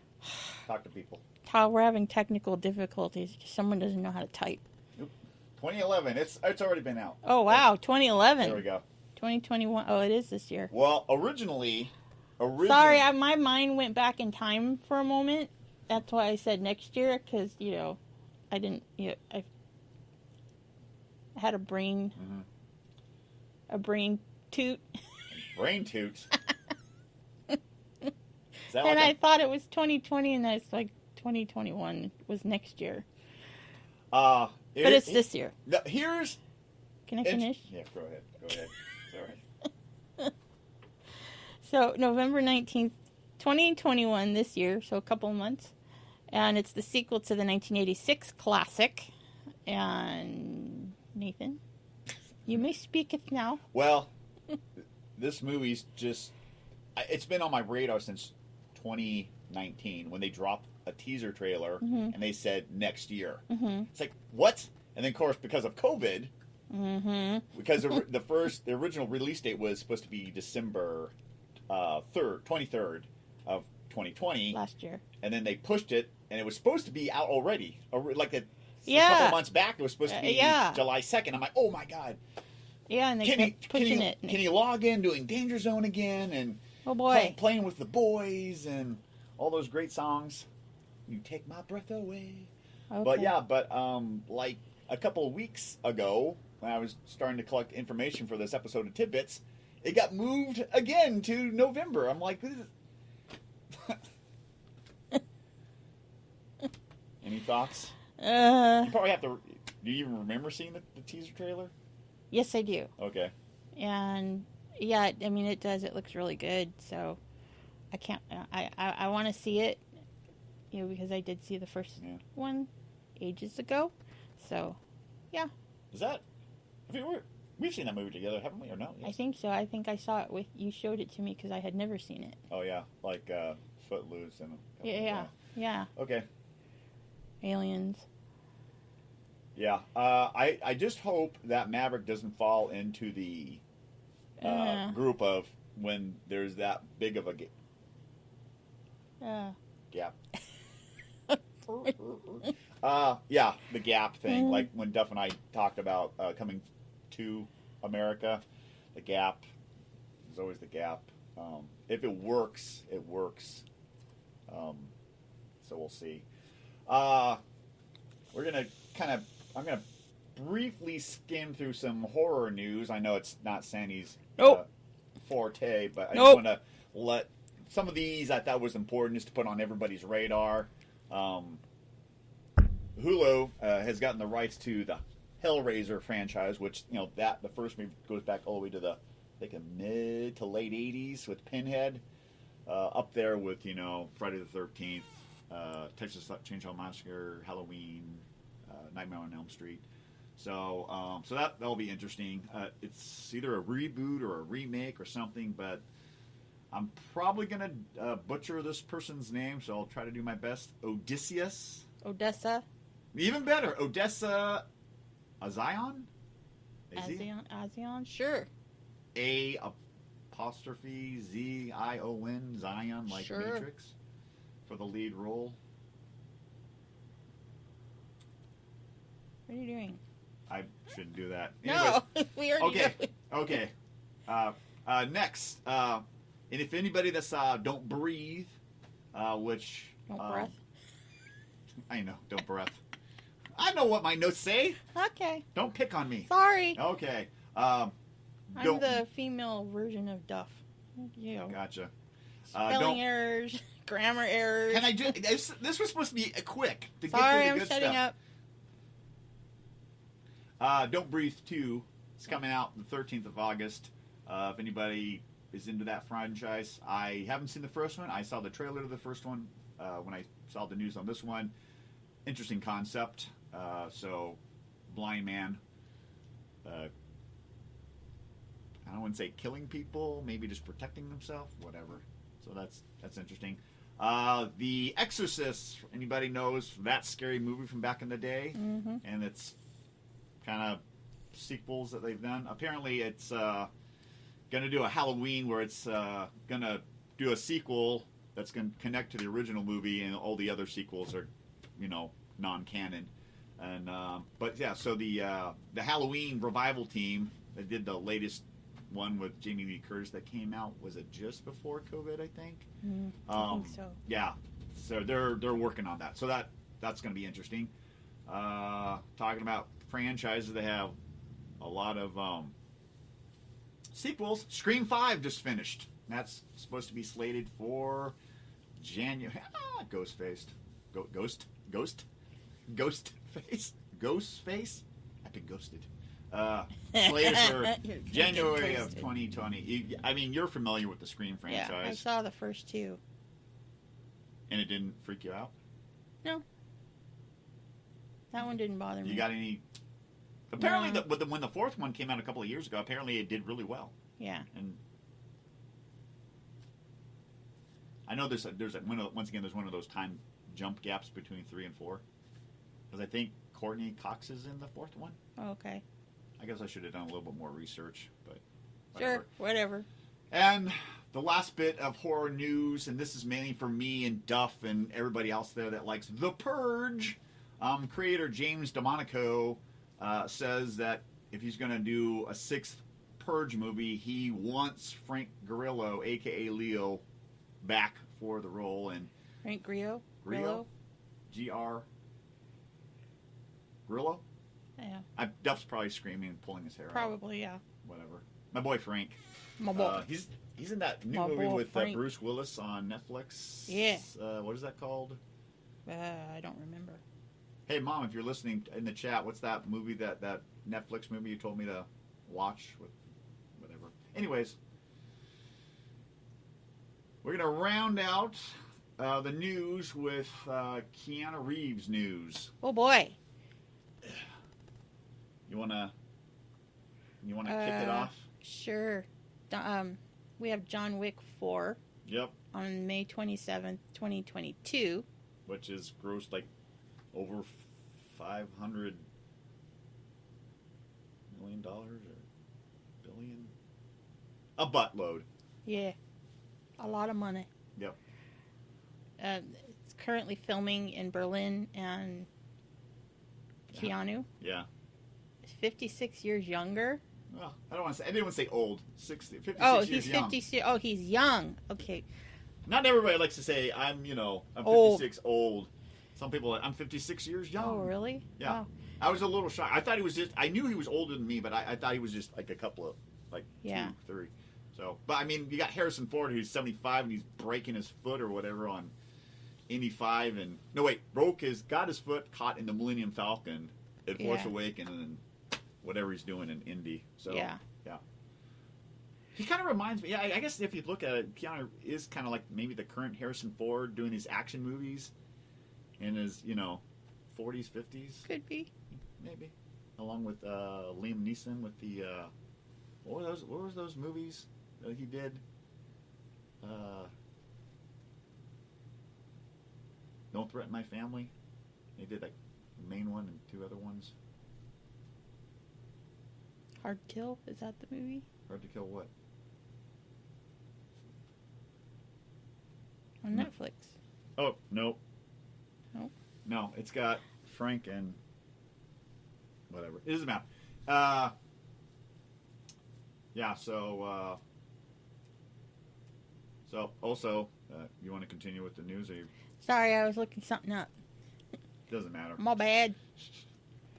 B: Talk to people.
A: Kyle, we're having technical difficulties. Someone doesn't know how to type.
B: 2011. It's it's already been out.
A: Oh wow,
B: There we
A: 2011,
B: go.
A: 2021. Oh, it is this year.
B: Well, originally, originally
A: Sorry, I, my mind went back in time for a moment. That's why I said next year because you know, I didn't. You know, I had a brain,
B: Mhm.
A: a brain toot,
B: brain toots. Is that
A: and I
B: like
A: thought it was 2020, and that's like 2021 was next year,
B: a, uh,
A: but it's this year.
B: No, here's
A: Can I
B: it's-
A: finish?
B: Yeah, go ahead. Go ahead. Sorry.
A: So November 19th, 2021 this year, so a couple of months. And it's the sequel to the 1986 classic. And Nathan, you may speak it now.
B: Well, this movie's just. I- It's been on my radar since 2019 when they dropped a teaser trailer
A: Mhm.
B: and they said next year.
A: Mhm.
B: It's like, what? And then, of course, because of COVID,
A: Mhm.
B: because the, the first, the original release date was supposed to be December uh, 3rd, 23rd of 2020.
A: Last year.
B: And then they pushed it and it was supposed to be out already. Or, Like a, a
A: Yeah.
B: couple months back, it was supposed to
A: Uh,
B: be
A: yeah.
B: July 2nd. I'm like, oh my God.
A: Yeah, and they
B: Can he,
A: kept
B: can,
A: pushing
B: he,
A: it.
B: can he log in doing Danger Zone again and
A: oh
B: play,
A: boy.
B: playing with the boys and all those great songs? You take my breath away. But
A: Okay.
B: yeah, but um, like a couple of weeks ago, when I was starting to collect information for this episode of Tidbits, it got moved again to November. I'm like, this is... any thoughts?
A: Uh,
B: You probably have to. Do you even remember seeing the, the teaser trailer?
A: yes, I do.
B: Okay.
A: And yeah, I mean it does. It looks really good. So I can't. I I, I want to see it. You know, because I did see the first
B: Yeah.
A: one ages ago. So
B: Is that? Have you ever, we've seen that movie together, haven't we? Or no?
A: I think so. I think I saw it with you. Showed it to me because I had never seen it.
B: Oh yeah, like uh, Footloose and. a couple
A: Yeah,
B: of-
A: yeah, yeah.
B: Okay.
A: Aliens.
B: Yeah. Uh, I I just hope that Maverick doesn't fall into the uh,
A: Uh,
B: group of when there's that big of a ga-
A: uh,
B: gap. uh, yeah, the gap thing.
A: Mhm.
B: Like when Duff and I talked about uh, coming to America, the gap. There's always the gap. Um, if it works, it works. Um, so we'll see. Uh, we're gonna kind of. I'm gonna briefly skim through some horror news. I know it's not Sandy's uh,
A: Nope.
B: forte, but I
A: Nope.
B: just want to let some of these I thought was important just to put on everybody's radar. Um, Hulu uh, has gotten the rights to the Hellraiser franchise, which you know that the first movie goes back all the way to the I think the mid to late '80s with Pinhead, uh, up there with you know Friday the Thirteenth, uh, Texas Chainsaw Massacre, Halloween, uh, Nightmare on Elm Street. So, um, so that that'll be interesting. Uh, it's either a reboot or a remake or something, but I'm probably gonna uh, butcher this person's name, so I'll try to do my best. Odysseus,
A: Odessa.
B: even better, Odessa Azion,
A: ASEAN. ASEAN. Sure.
B: A apostrophe Z I O N Zion like
A: Sure.
B: Matrix for the lead role.
A: What are you doing?
B: I shouldn't do that.
A: No, we already
B: okay,
A: know.
B: okay. Uh, uh, next, uh, and if anybody that's uh, don't breathe, uh, which
A: Don't
B: um,
A: breath.
B: I know, don't breath. I know what my notes say.
A: Okay,
B: Don't pick on me.
A: sorry.
B: Okay. Um,
A: I'm
B: don't.
A: the female version of Duff. You know,
B: Gotcha. uh,
A: spelling
B: don't-
A: errors, grammar errors.
B: Can I do? This, this was supposed to be a quick to get
A: sorry,
B: through the
A: I'm
B: good
A: shutting
B: stuff.
A: up.
B: Uh, Don't Breathe 2. It's coming out the 13th of August. Uh, if anybody is into that franchise, I haven't seen the first one. I saw the trailer to the first one uh, when I saw the news on this one. Interesting concept. Uh, so, blind man. Uh, I don't want to say killing people, maybe just protecting himself, whatever. So that's that's interesting. Uh, the Exorcist. Anybody knows that scary movie from back in the day?
A: Mm-hmm.
B: and it's kind of sequels that they've done. Apparently, it's uh, going to do a Halloween where it's uh, going to do a sequel that's going to connect to the original movie, and all the other sequels are, you know, non-canon. And um, but yeah, so the uh, the Halloween revival team that did the latest one with Jamie Lee Curtis that came out was it just before COVID, I think.
A: I
B: Um,
A: think mm-hmm. so.
B: yeah, so they're they're working on that. So that that's going to be interesting. Uh, talking about franchises that have a lot of um, sequels. Scream Five just finished. That's supposed to be slated for January. Ah, ghost faced. Go- ghost. Ghost. Ghost face. Ghost face. I've been ghosted. Uh, slated for
A: You're gonna get
B: January of
A: ghosted.
B: 2020. You- I mean, you're familiar with the Scream
A: Yeah,
B: franchise,
A: I saw the first two.
B: and it didn't freak you out.
A: That one didn't bother me.
B: You got any? Apparently,
A: No.
B: the, with the, when the fourth one came out a couple of years ago, apparently it did really well.
A: yeah.
B: And I know there's a, there's a, one of- once again there's one of those time jump gaps between three and four because I think Courtney Cox is in the fourth one.
A: oh, Okay.
B: I guess I should have done a little bit more research, but
A: Sure. Whatever.
B: and the last bit of horror news, and this is mainly for me and Duff and everybody else there that likes The Purge. Um, creator James DeMonico uh, says that if he's going to do a sixth Purge movie, he wants Frank Grillo, aka Leo, back for the role. And
A: Frank Grillo.
B: Grillo? G R Grillo,
A: Yeah.
B: I, Duff's probably screaming and pulling his hair out.
A: Probably. Yeah.
B: Whatever. My boy Frank.
A: My boy.
B: Uh, he's he's in that new
A: My
B: movie
A: boy
B: with uh,
A: Frank.
B: Bruce Willis on Netflix.
A: Yeah.
B: Uh, what is that called?
A: Uh, I don't remember.
B: Hey, mom, if you're listening in the chat, what's that movie that that Netflix movie you told me to watch with whatever. Anyways, we're gonna round out uh, the news with uh, Keanu Reeves news.
A: Oh boy.
B: You wanna you wanna kick it
A: Uh.
B: off?
A: Sure. D- Um, we have John Wick four
B: Yep.
A: on May twenty seventh, twenty twenty two.
B: Which is gross like over five hundred million dollars or billion? A buttload.
A: Yeah. A lot of money.
B: Yep.
A: Uh, it's currently filming in Berlin and Keanu,
B: Yeah.
A: is 56 years younger.
B: Well, I don't want to say. I didn't want to say old. 60, 56
A: Oh,
B: years
A: he's
B: young.
A: 56. Oh, he's young. Okay.
B: Not everybody likes to say I'm. You know, I'm
A: Old.
B: 56 old. Some people, are, I'm 56 years young.
A: Oh, really?
B: Yeah.
A: Wow.
B: I was a little shocked. I thought he was just. I knew he was older than me, but I, I thought he was just like a couple of, like
A: Yeah.
B: two, three. So, but I mean, you got Harrison Ford who's seventy five and he's breaking his foot or whatever on Indy five, and no wait, broke his got his foot caught in the Millennium Falcon at Force
A: Yeah.
B: Awakens and whatever he's doing in Indy. So
A: Yeah.
B: he kind of reminds me. Yeah, I, I guess if you look at it, Keanu is kind of like maybe the current Harrison Ford doing these action movies in his you know forties, fifties
A: Could be.
B: maybe, along with uh, Liam Neeson with the uh, what were those? What was those movies that he did? Uh, Don't threaten my family. They did like the main one and two other ones.
A: Hard Kill. Is that the movie?
B: Hard to kill what?
A: On
B: No.
A: Netflix.
B: Oh no.
A: Nope.
B: No, it's got Frank and whatever. It doesn't matter. Uh, yeah. So. Uh, so also, uh, you want to continue with the news, or you,
A: Sorry, I was looking something up.
B: doesn't matter.
A: My bad.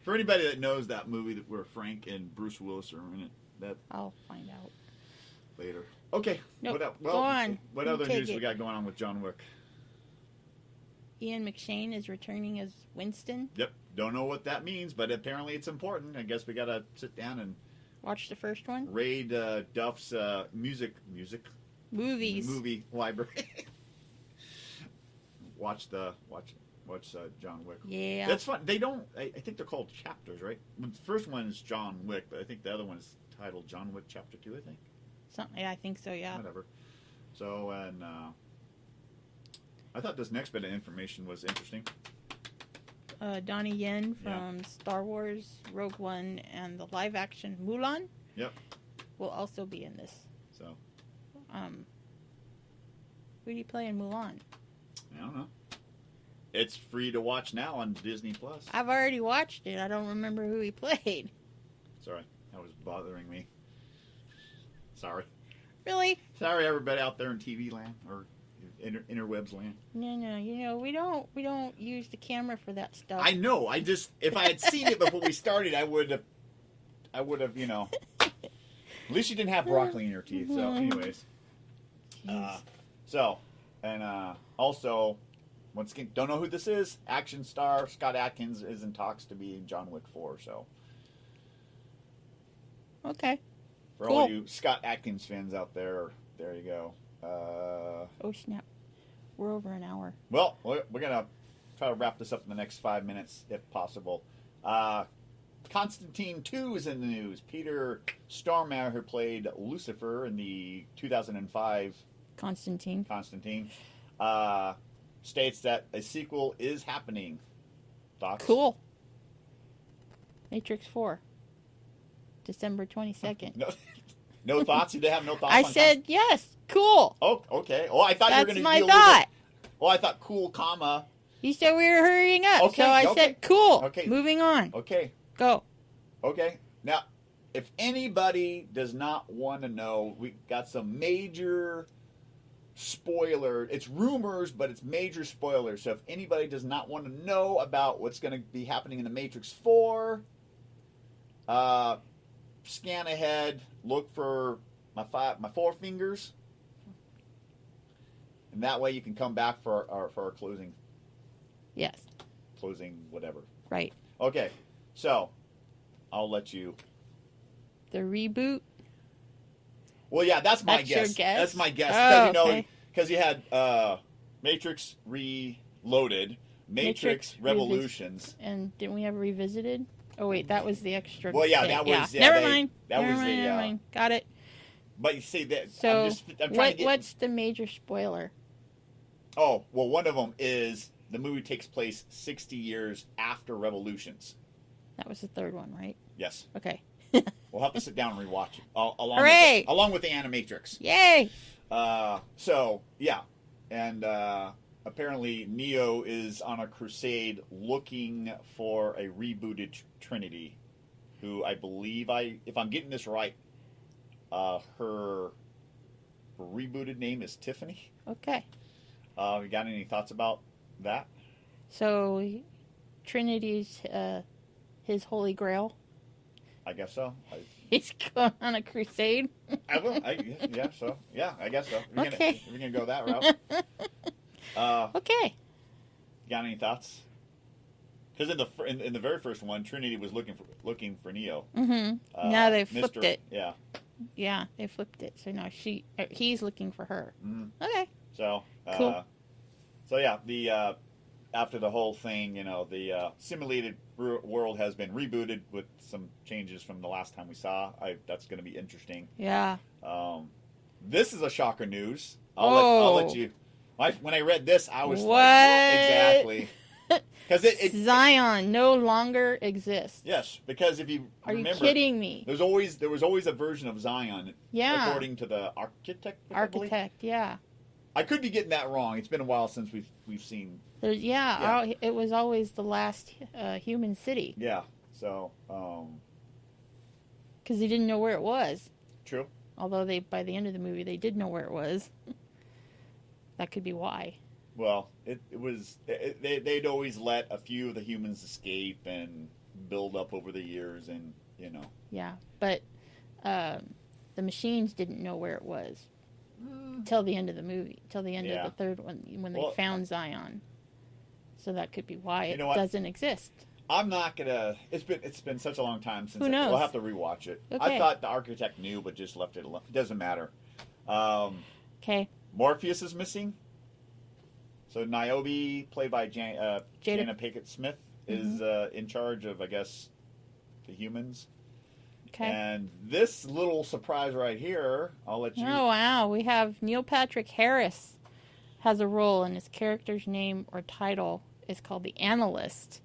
B: For anybody that knows that movie that where Frank and Bruce Willis are in it, that
A: I'll find out.
B: later. Okay.
A: Nope.
B: What, el-
A: Go on.
B: What
A: You
B: other
A: take
B: news
A: it.
B: we got going on with John Wick?
A: Ian McShane is returning as Winston.
B: Yep. Don't know what that means, but apparently it's important. I guess we got to sit down and
A: Watch the first one.
B: raid uh, Duff's uh, music music
A: Movies.
B: movie library. watch the watch watch uh, John Wick.
A: Yeah.
B: That's fun. They don't. I, I think they're called chapters, right? The first one is John Wick, but I think the other one is titled John Wick Chapter Two. I think.
A: something. Yeah, I think so. Yeah.
B: whatever. So, and uh, I thought this next bit of information was interesting.
A: Uh, Donnie Yen
B: Yeah.
A: from Star Wars, Rogue One, and the live-action Mulan.
B: Yep.
A: Will also be in this.
B: So,
A: Um, who do you play in Mulan?
B: I don't know. It's free to watch now on Disney Plus.
A: I've already watched it. I don't remember who he played.
B: Sorry, that was bothering me. Sorry,
A: Really?
B: sorry, everybody out there in TV land or inter- interwebs land.
A: No, no. You know we don't we don't use the camera for that stuff.
B: I know. I just if I had seen it before we started, I would have. I would have, you know. At least you didn't have broccoli in your teeth. So, anyways. Uh,
A: Mm-hmm. Jeez.
B: so, and uh, also, once again, don't know who this is. Action star Scott Atkins is in talks to be in John Wick 4. So,
A: okay.
B: for all
A: Cool.
B: you Scott Atkins fans out there, there you go. Uh,
A: Oh snap. We're over an hour.
B: well, we're, we're going to try to wrap this up in the next five minutes, if possible. Uh, Constantine 2 is in the news. Peter Stormare, who played Lucifer in the 2005
A: Constantine.
B: Constantine, uh, states that a sequel is happening. Thoughts?
A: Cool. Matrix Four. December twenty second.
B: No, no thoughts. You didn't have no thoughts.
A: I
B: on
A: said yes. Cool.
B: Const- Oh, okay. Oh, I thought you were
A: That's
B: going to.
A: my thought.
B: Oh, I thought cool, comma.
A: You said we were hurrying up,
B: Okay,
A: so I
B: okay.
A: said cool.
B: Okay.
A: Moving on.
B: Okay,
A: Go.
B: okay. Now, if anybody does not want to know, we got some major spoiler. It's rumors, but it's major spoilers. So if anybody does not want to know about what's going to be happening in the Matrix Four, uh, scan ahead, look for my five, my four fingers, and that way you can come back for our, for our closing,
A: Yes.
B: closing whatever.
A: Right.
B: Okay, so I'll let you.
A: The reboot.
B: Well, yeah, that's my
A: That's your
B: guess.
A: guess?
B: That's my guess.
A: Oh,
B: 'Cause, you know,
A: okay.
B: because you had uh, Matrix Reloaded, Matrix,
A: Matrix
B: Revolutions.
A: And didn't we have revisited? Oh wait, that was the extra.
B: Well, yeah,
A: thing.
B: that was- yeah,
A: never
B: they-
A: mind.
B: that
A: never
B: was
A: mind.
B: the,
A: never
B: uh,
A: mind. Got it.
B: But you see that
A: So
B: I'm just I'm trying
A: what,
B: to get.
A: what's the major spoiler?
B: Oh, well, one of them is the movie takes place 60 years after Revolutions.
A: That was the third one, right?
B: Yes,
A: Okay.
B: we'll have to sit down and rewatch it al- along
A: Hooray!
B: with, along with the Animatrix.
A: Yay!
B: Uh, so yeah, and uh, apparently Neo is on a crusade looking for a rebooted tr- Trinity, who I believe I, if I'm getting this right, uh, her rebooted name is Tiffany.
A: Okay.
B: Uh, you got any thoughts about that?
A: So Trinity's uh, his holy grail.
B: I guess so. I,
A: He's going on a crusade.
B: I will. I, yeah, yeah, so yeah, I guess so. We're gonna,
A: Okay.
B: we're gonna go that route. Uh,
A: Okay.
B: You Got any thoughts? Because in the fir- in, in the very first one, Trinity was looking for looking for Neo.
A: Mm-hmm.
B: Uh,
A: Now they flipped it.
B: Yeah.
A: Yeah, they flipped it. So now she, uh, he's looking for her.
B: Mhm.
A: Okay.
B: So. Uh,
A: Cool.
B: So yeah, the uh, after the whole thing, you know, the uh, simulated r- world has been rebooted with some changes from the last time we saw. I, that's going to be interesting.
A: Yeah.
B: Um, this is a shocker news. I'll, let, I'll
A: Oh.
B: let you. I, when I read this, I was
A: What?
B: like, exactly? Because it, it
A: Zion no longer exists.
B: yes, because if you
A: Are you
B: remember,
A: kidding me?
B: There's always there was always a version of Zion,
A: Yeah.
B: according to the architect. I believe.
A: Architect. Yeah.
B: I could be getting that wrong. It's been a while since we've we've seen.
A: There's, yeah,
B: Yeah.
A: al- it was always the last uh, human city.
B: Yeah. So, um,
A: because they didn't know where it was.
B: true.
A: Although they, by the end of the movie, they did know where it was. that could be why.
B: Well, it, it was it, they they'd always let a few of the humans escape and build up over the years, and you know,
A: Yeah, but um, the machines didn't know where it was till the end of the movie, till the end
B: Yeah.
A: of the third one when they
B: Well,
A: found Zion. So that could be why
B: You
A: it
B: know what?
A: doesn't exist.
B: I'm not gonna. It's been it's been such a long time since
A: Who
B: I-
A: knows?
B: we'll have to rewatch it. I
A: Okay.
B: thought the architect knew, but just left it alone. Doesn't matter. Um,
A: Okay,
B: Morpheus is missing. So Niobe, played by Jan, uh,
A: Jada- Mm-hmm.
B: Jana Pinkett Smith, is uh, in charge of, I guess, the humans.
A: okay.
B: And this little surprise right here, I'll let you.
A: Oh wow, we have Neil Patrick Harris has a role, and his character's name or title is called the Analyst.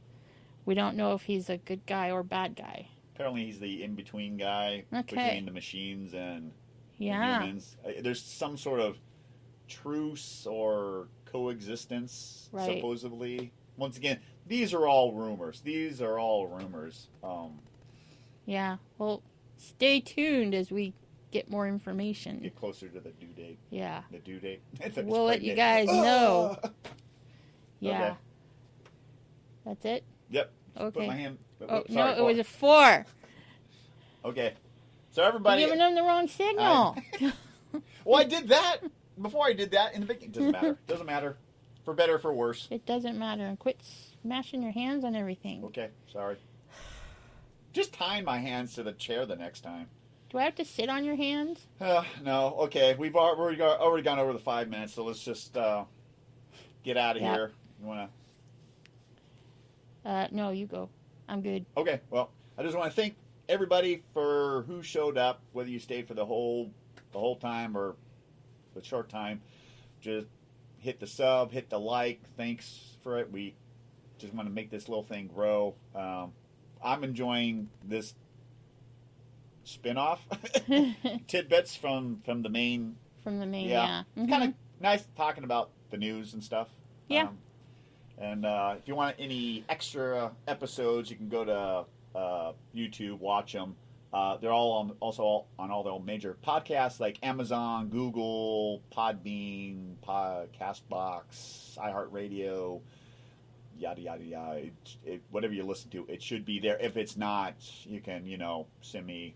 A: We don't know if he's a good guy or bad guy.
B: Apparently, he's the in-between guy
A: Okay.
B: between the machines and
A: Yeah,
B: the humans. Uh, There's some sort of truce or coexistence,
A: Right.
B: supposedly. Once again, these are all rumors. These are all rumors. Um,
A: yeah. Well, stay tuned as we get more information.
B: get closer to the due date.
A: Yeah,
B: The due date.
A: We'll let you guys know. yeah.
B: Okay.
A: That's it.
B: Yep. Put my
A: Okay.
B: hand.
A: Oh
B: sorry,
A: no, it was
B: boy.
A: a four.
B: Okay. So
A: You're
B: everybody.
A: giving them the wrong signal.
B: Well, I did that before I did that in the beginning. Doesn't matter. Doesn't matter. For better, or for worse.
A: it doesn't matter. And quit smashing your hands on everything.
B: Okay. Sorry. Just tying my hands to the chair the next time.
A: Do I have to sit on your hands?
B: Uh, no. Okay. We've al- already got, already gone over the five minutes, so let's just uh, get out of
A: Yeah.
B: here. You wanna?
A: Uh, no, you go. I'm good.
B: Okay. Well, I just want to thank everybody for who showed up, whether you stayed for the whole the whole time or the short time. Just hit the sub, hit the like. Thanks for it. We just want to make this little thing grow. Um, I'm enjoying this spin-off tidbits from from the main
A: from the main.
B: Yeah.
A: Yeah. Mhm.
B: kind of nice talking about the news and stuff.
A: Yeah.
B: Um, and uh, if you want any extra episodes, you can go to uh, YouTube, watch them. Uh, they're all on, also all, on all their major podcasts like Amazon, Google, Podbean, Pod, Castbox, iHeartRadio, yada yada yada. It, it, whatever you listen to, it should be there. If it's not, you can you know send me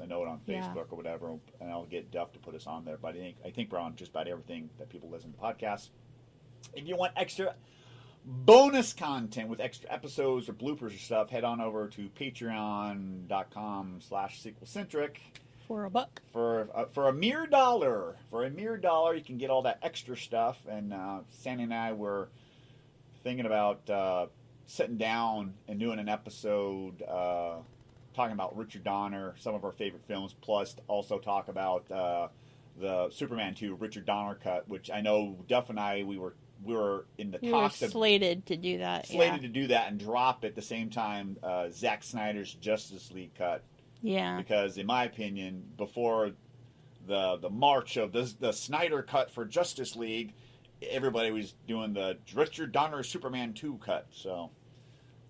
B: a note on
A: Yeah.
B: Facebook or whatever, and I'll get Duff to put us on there. But I think I think we're on just about everything that people listen to podcasts. If you want extra bonus content with extra episodes or bloopers or stuff, head on over to patreon.com slash sequelcentric.
A: for a buck.
B: For, uh, for a mere dollar, for a mere dollar, you can get all that extra stuff. And uh, Sandy and I were thinking about uh, sitting down and doing an episode uh, talking about Richard Donner, some of our favorite films, plus also talk about uh, the Superman 2 Richard Donner cut, which I know Duff and I we were we were in the
A: You were
B: talks of
A: slated to do that.
B: slated to do that and drop at the same time uh, Zack Snyder's Justice League cut
A: yeah.
B: because in my opinion before the the march of this the Snyder cut for Justice League everybody was doing the Richard Donner Superman 2 cut so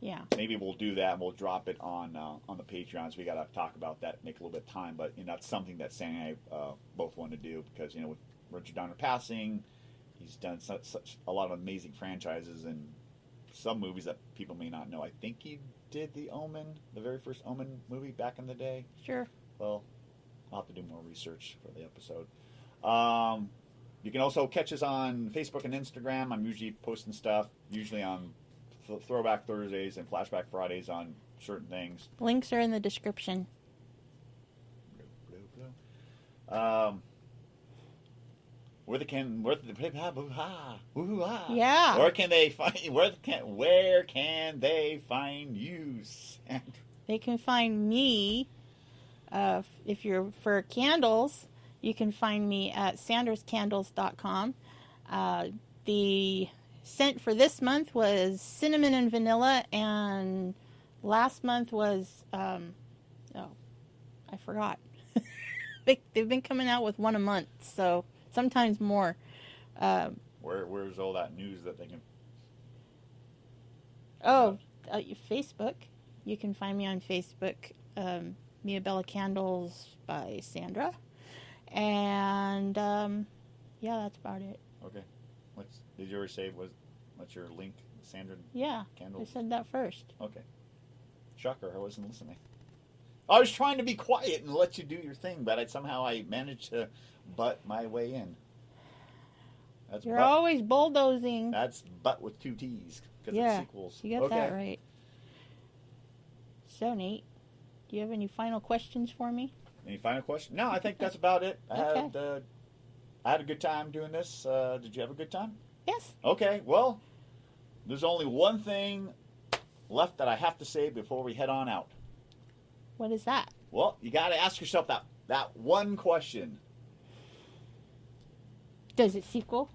A: Yeah.
B: maybe we'll do that and we'll drop it on uh, on the Patreons. We got to talk about that, make a little bit of time, but you know that's something that Sandy and I uh, both want to do because you know with Richard Donner passing, he's done such, such a lot of amazing franchises and some movies that people may not know. I think he did The Omen, the very first Omen movie back in the day.
A: Yeah. Sure.
B: Well, I'll have to do more research for the episode. Um, you can also catch us on Facebook and Instagram. I'm usually posting stuff, usually on th- Throwback Thursdays and Flashback Fridays on certain things.
A: Links are in the description.
B: Um, where the can where the woo-ha, woo-ha.
A: Yeah.
B: Where can they find where can where can they find you? Sandra?
A: They can find me. Uh, if you're for candles, you can find me at sanderscandles.com. Uh, the scent for this month was cinnamon and vanilla, and last month was um, oh, I forgot. they, they've been coming out with one a month, so sometimes more. Um,
B: Where where's all that news that they can
A: oh, uh, Facebook. You can find me on Facebook, um, Mia Bella Candles by Sandra. And um, yeah, that's about it.
B: Okay. What's did you ever say was what's your link, Sandra
A: Yeah, I
B: Candles?
A: said that first.
B: Okay. Shocker, I wasn't listening. I was trying to be quiet and let you do your thing, but I somehow I managed to butt my way in. That's
A: You're
B: butt,
A: always bulldozing.
B: that's butt with two T's because
A: Yeah,
B: it's sequels.
A: You got
B: okay.
A: that right. So, Nate, do you have any final questions for me?
B: Any final question? No, I think that's about it. I
A: Okay.
B: had uh, I had a good time doing this. Uh, did you have a good time?
A: Yes.
B: Okay, well, there's only one thing left that I have to say before we head on out.
A: What is that?
B: Well, you got to ask yourself that that one question.
A: Does it sequel?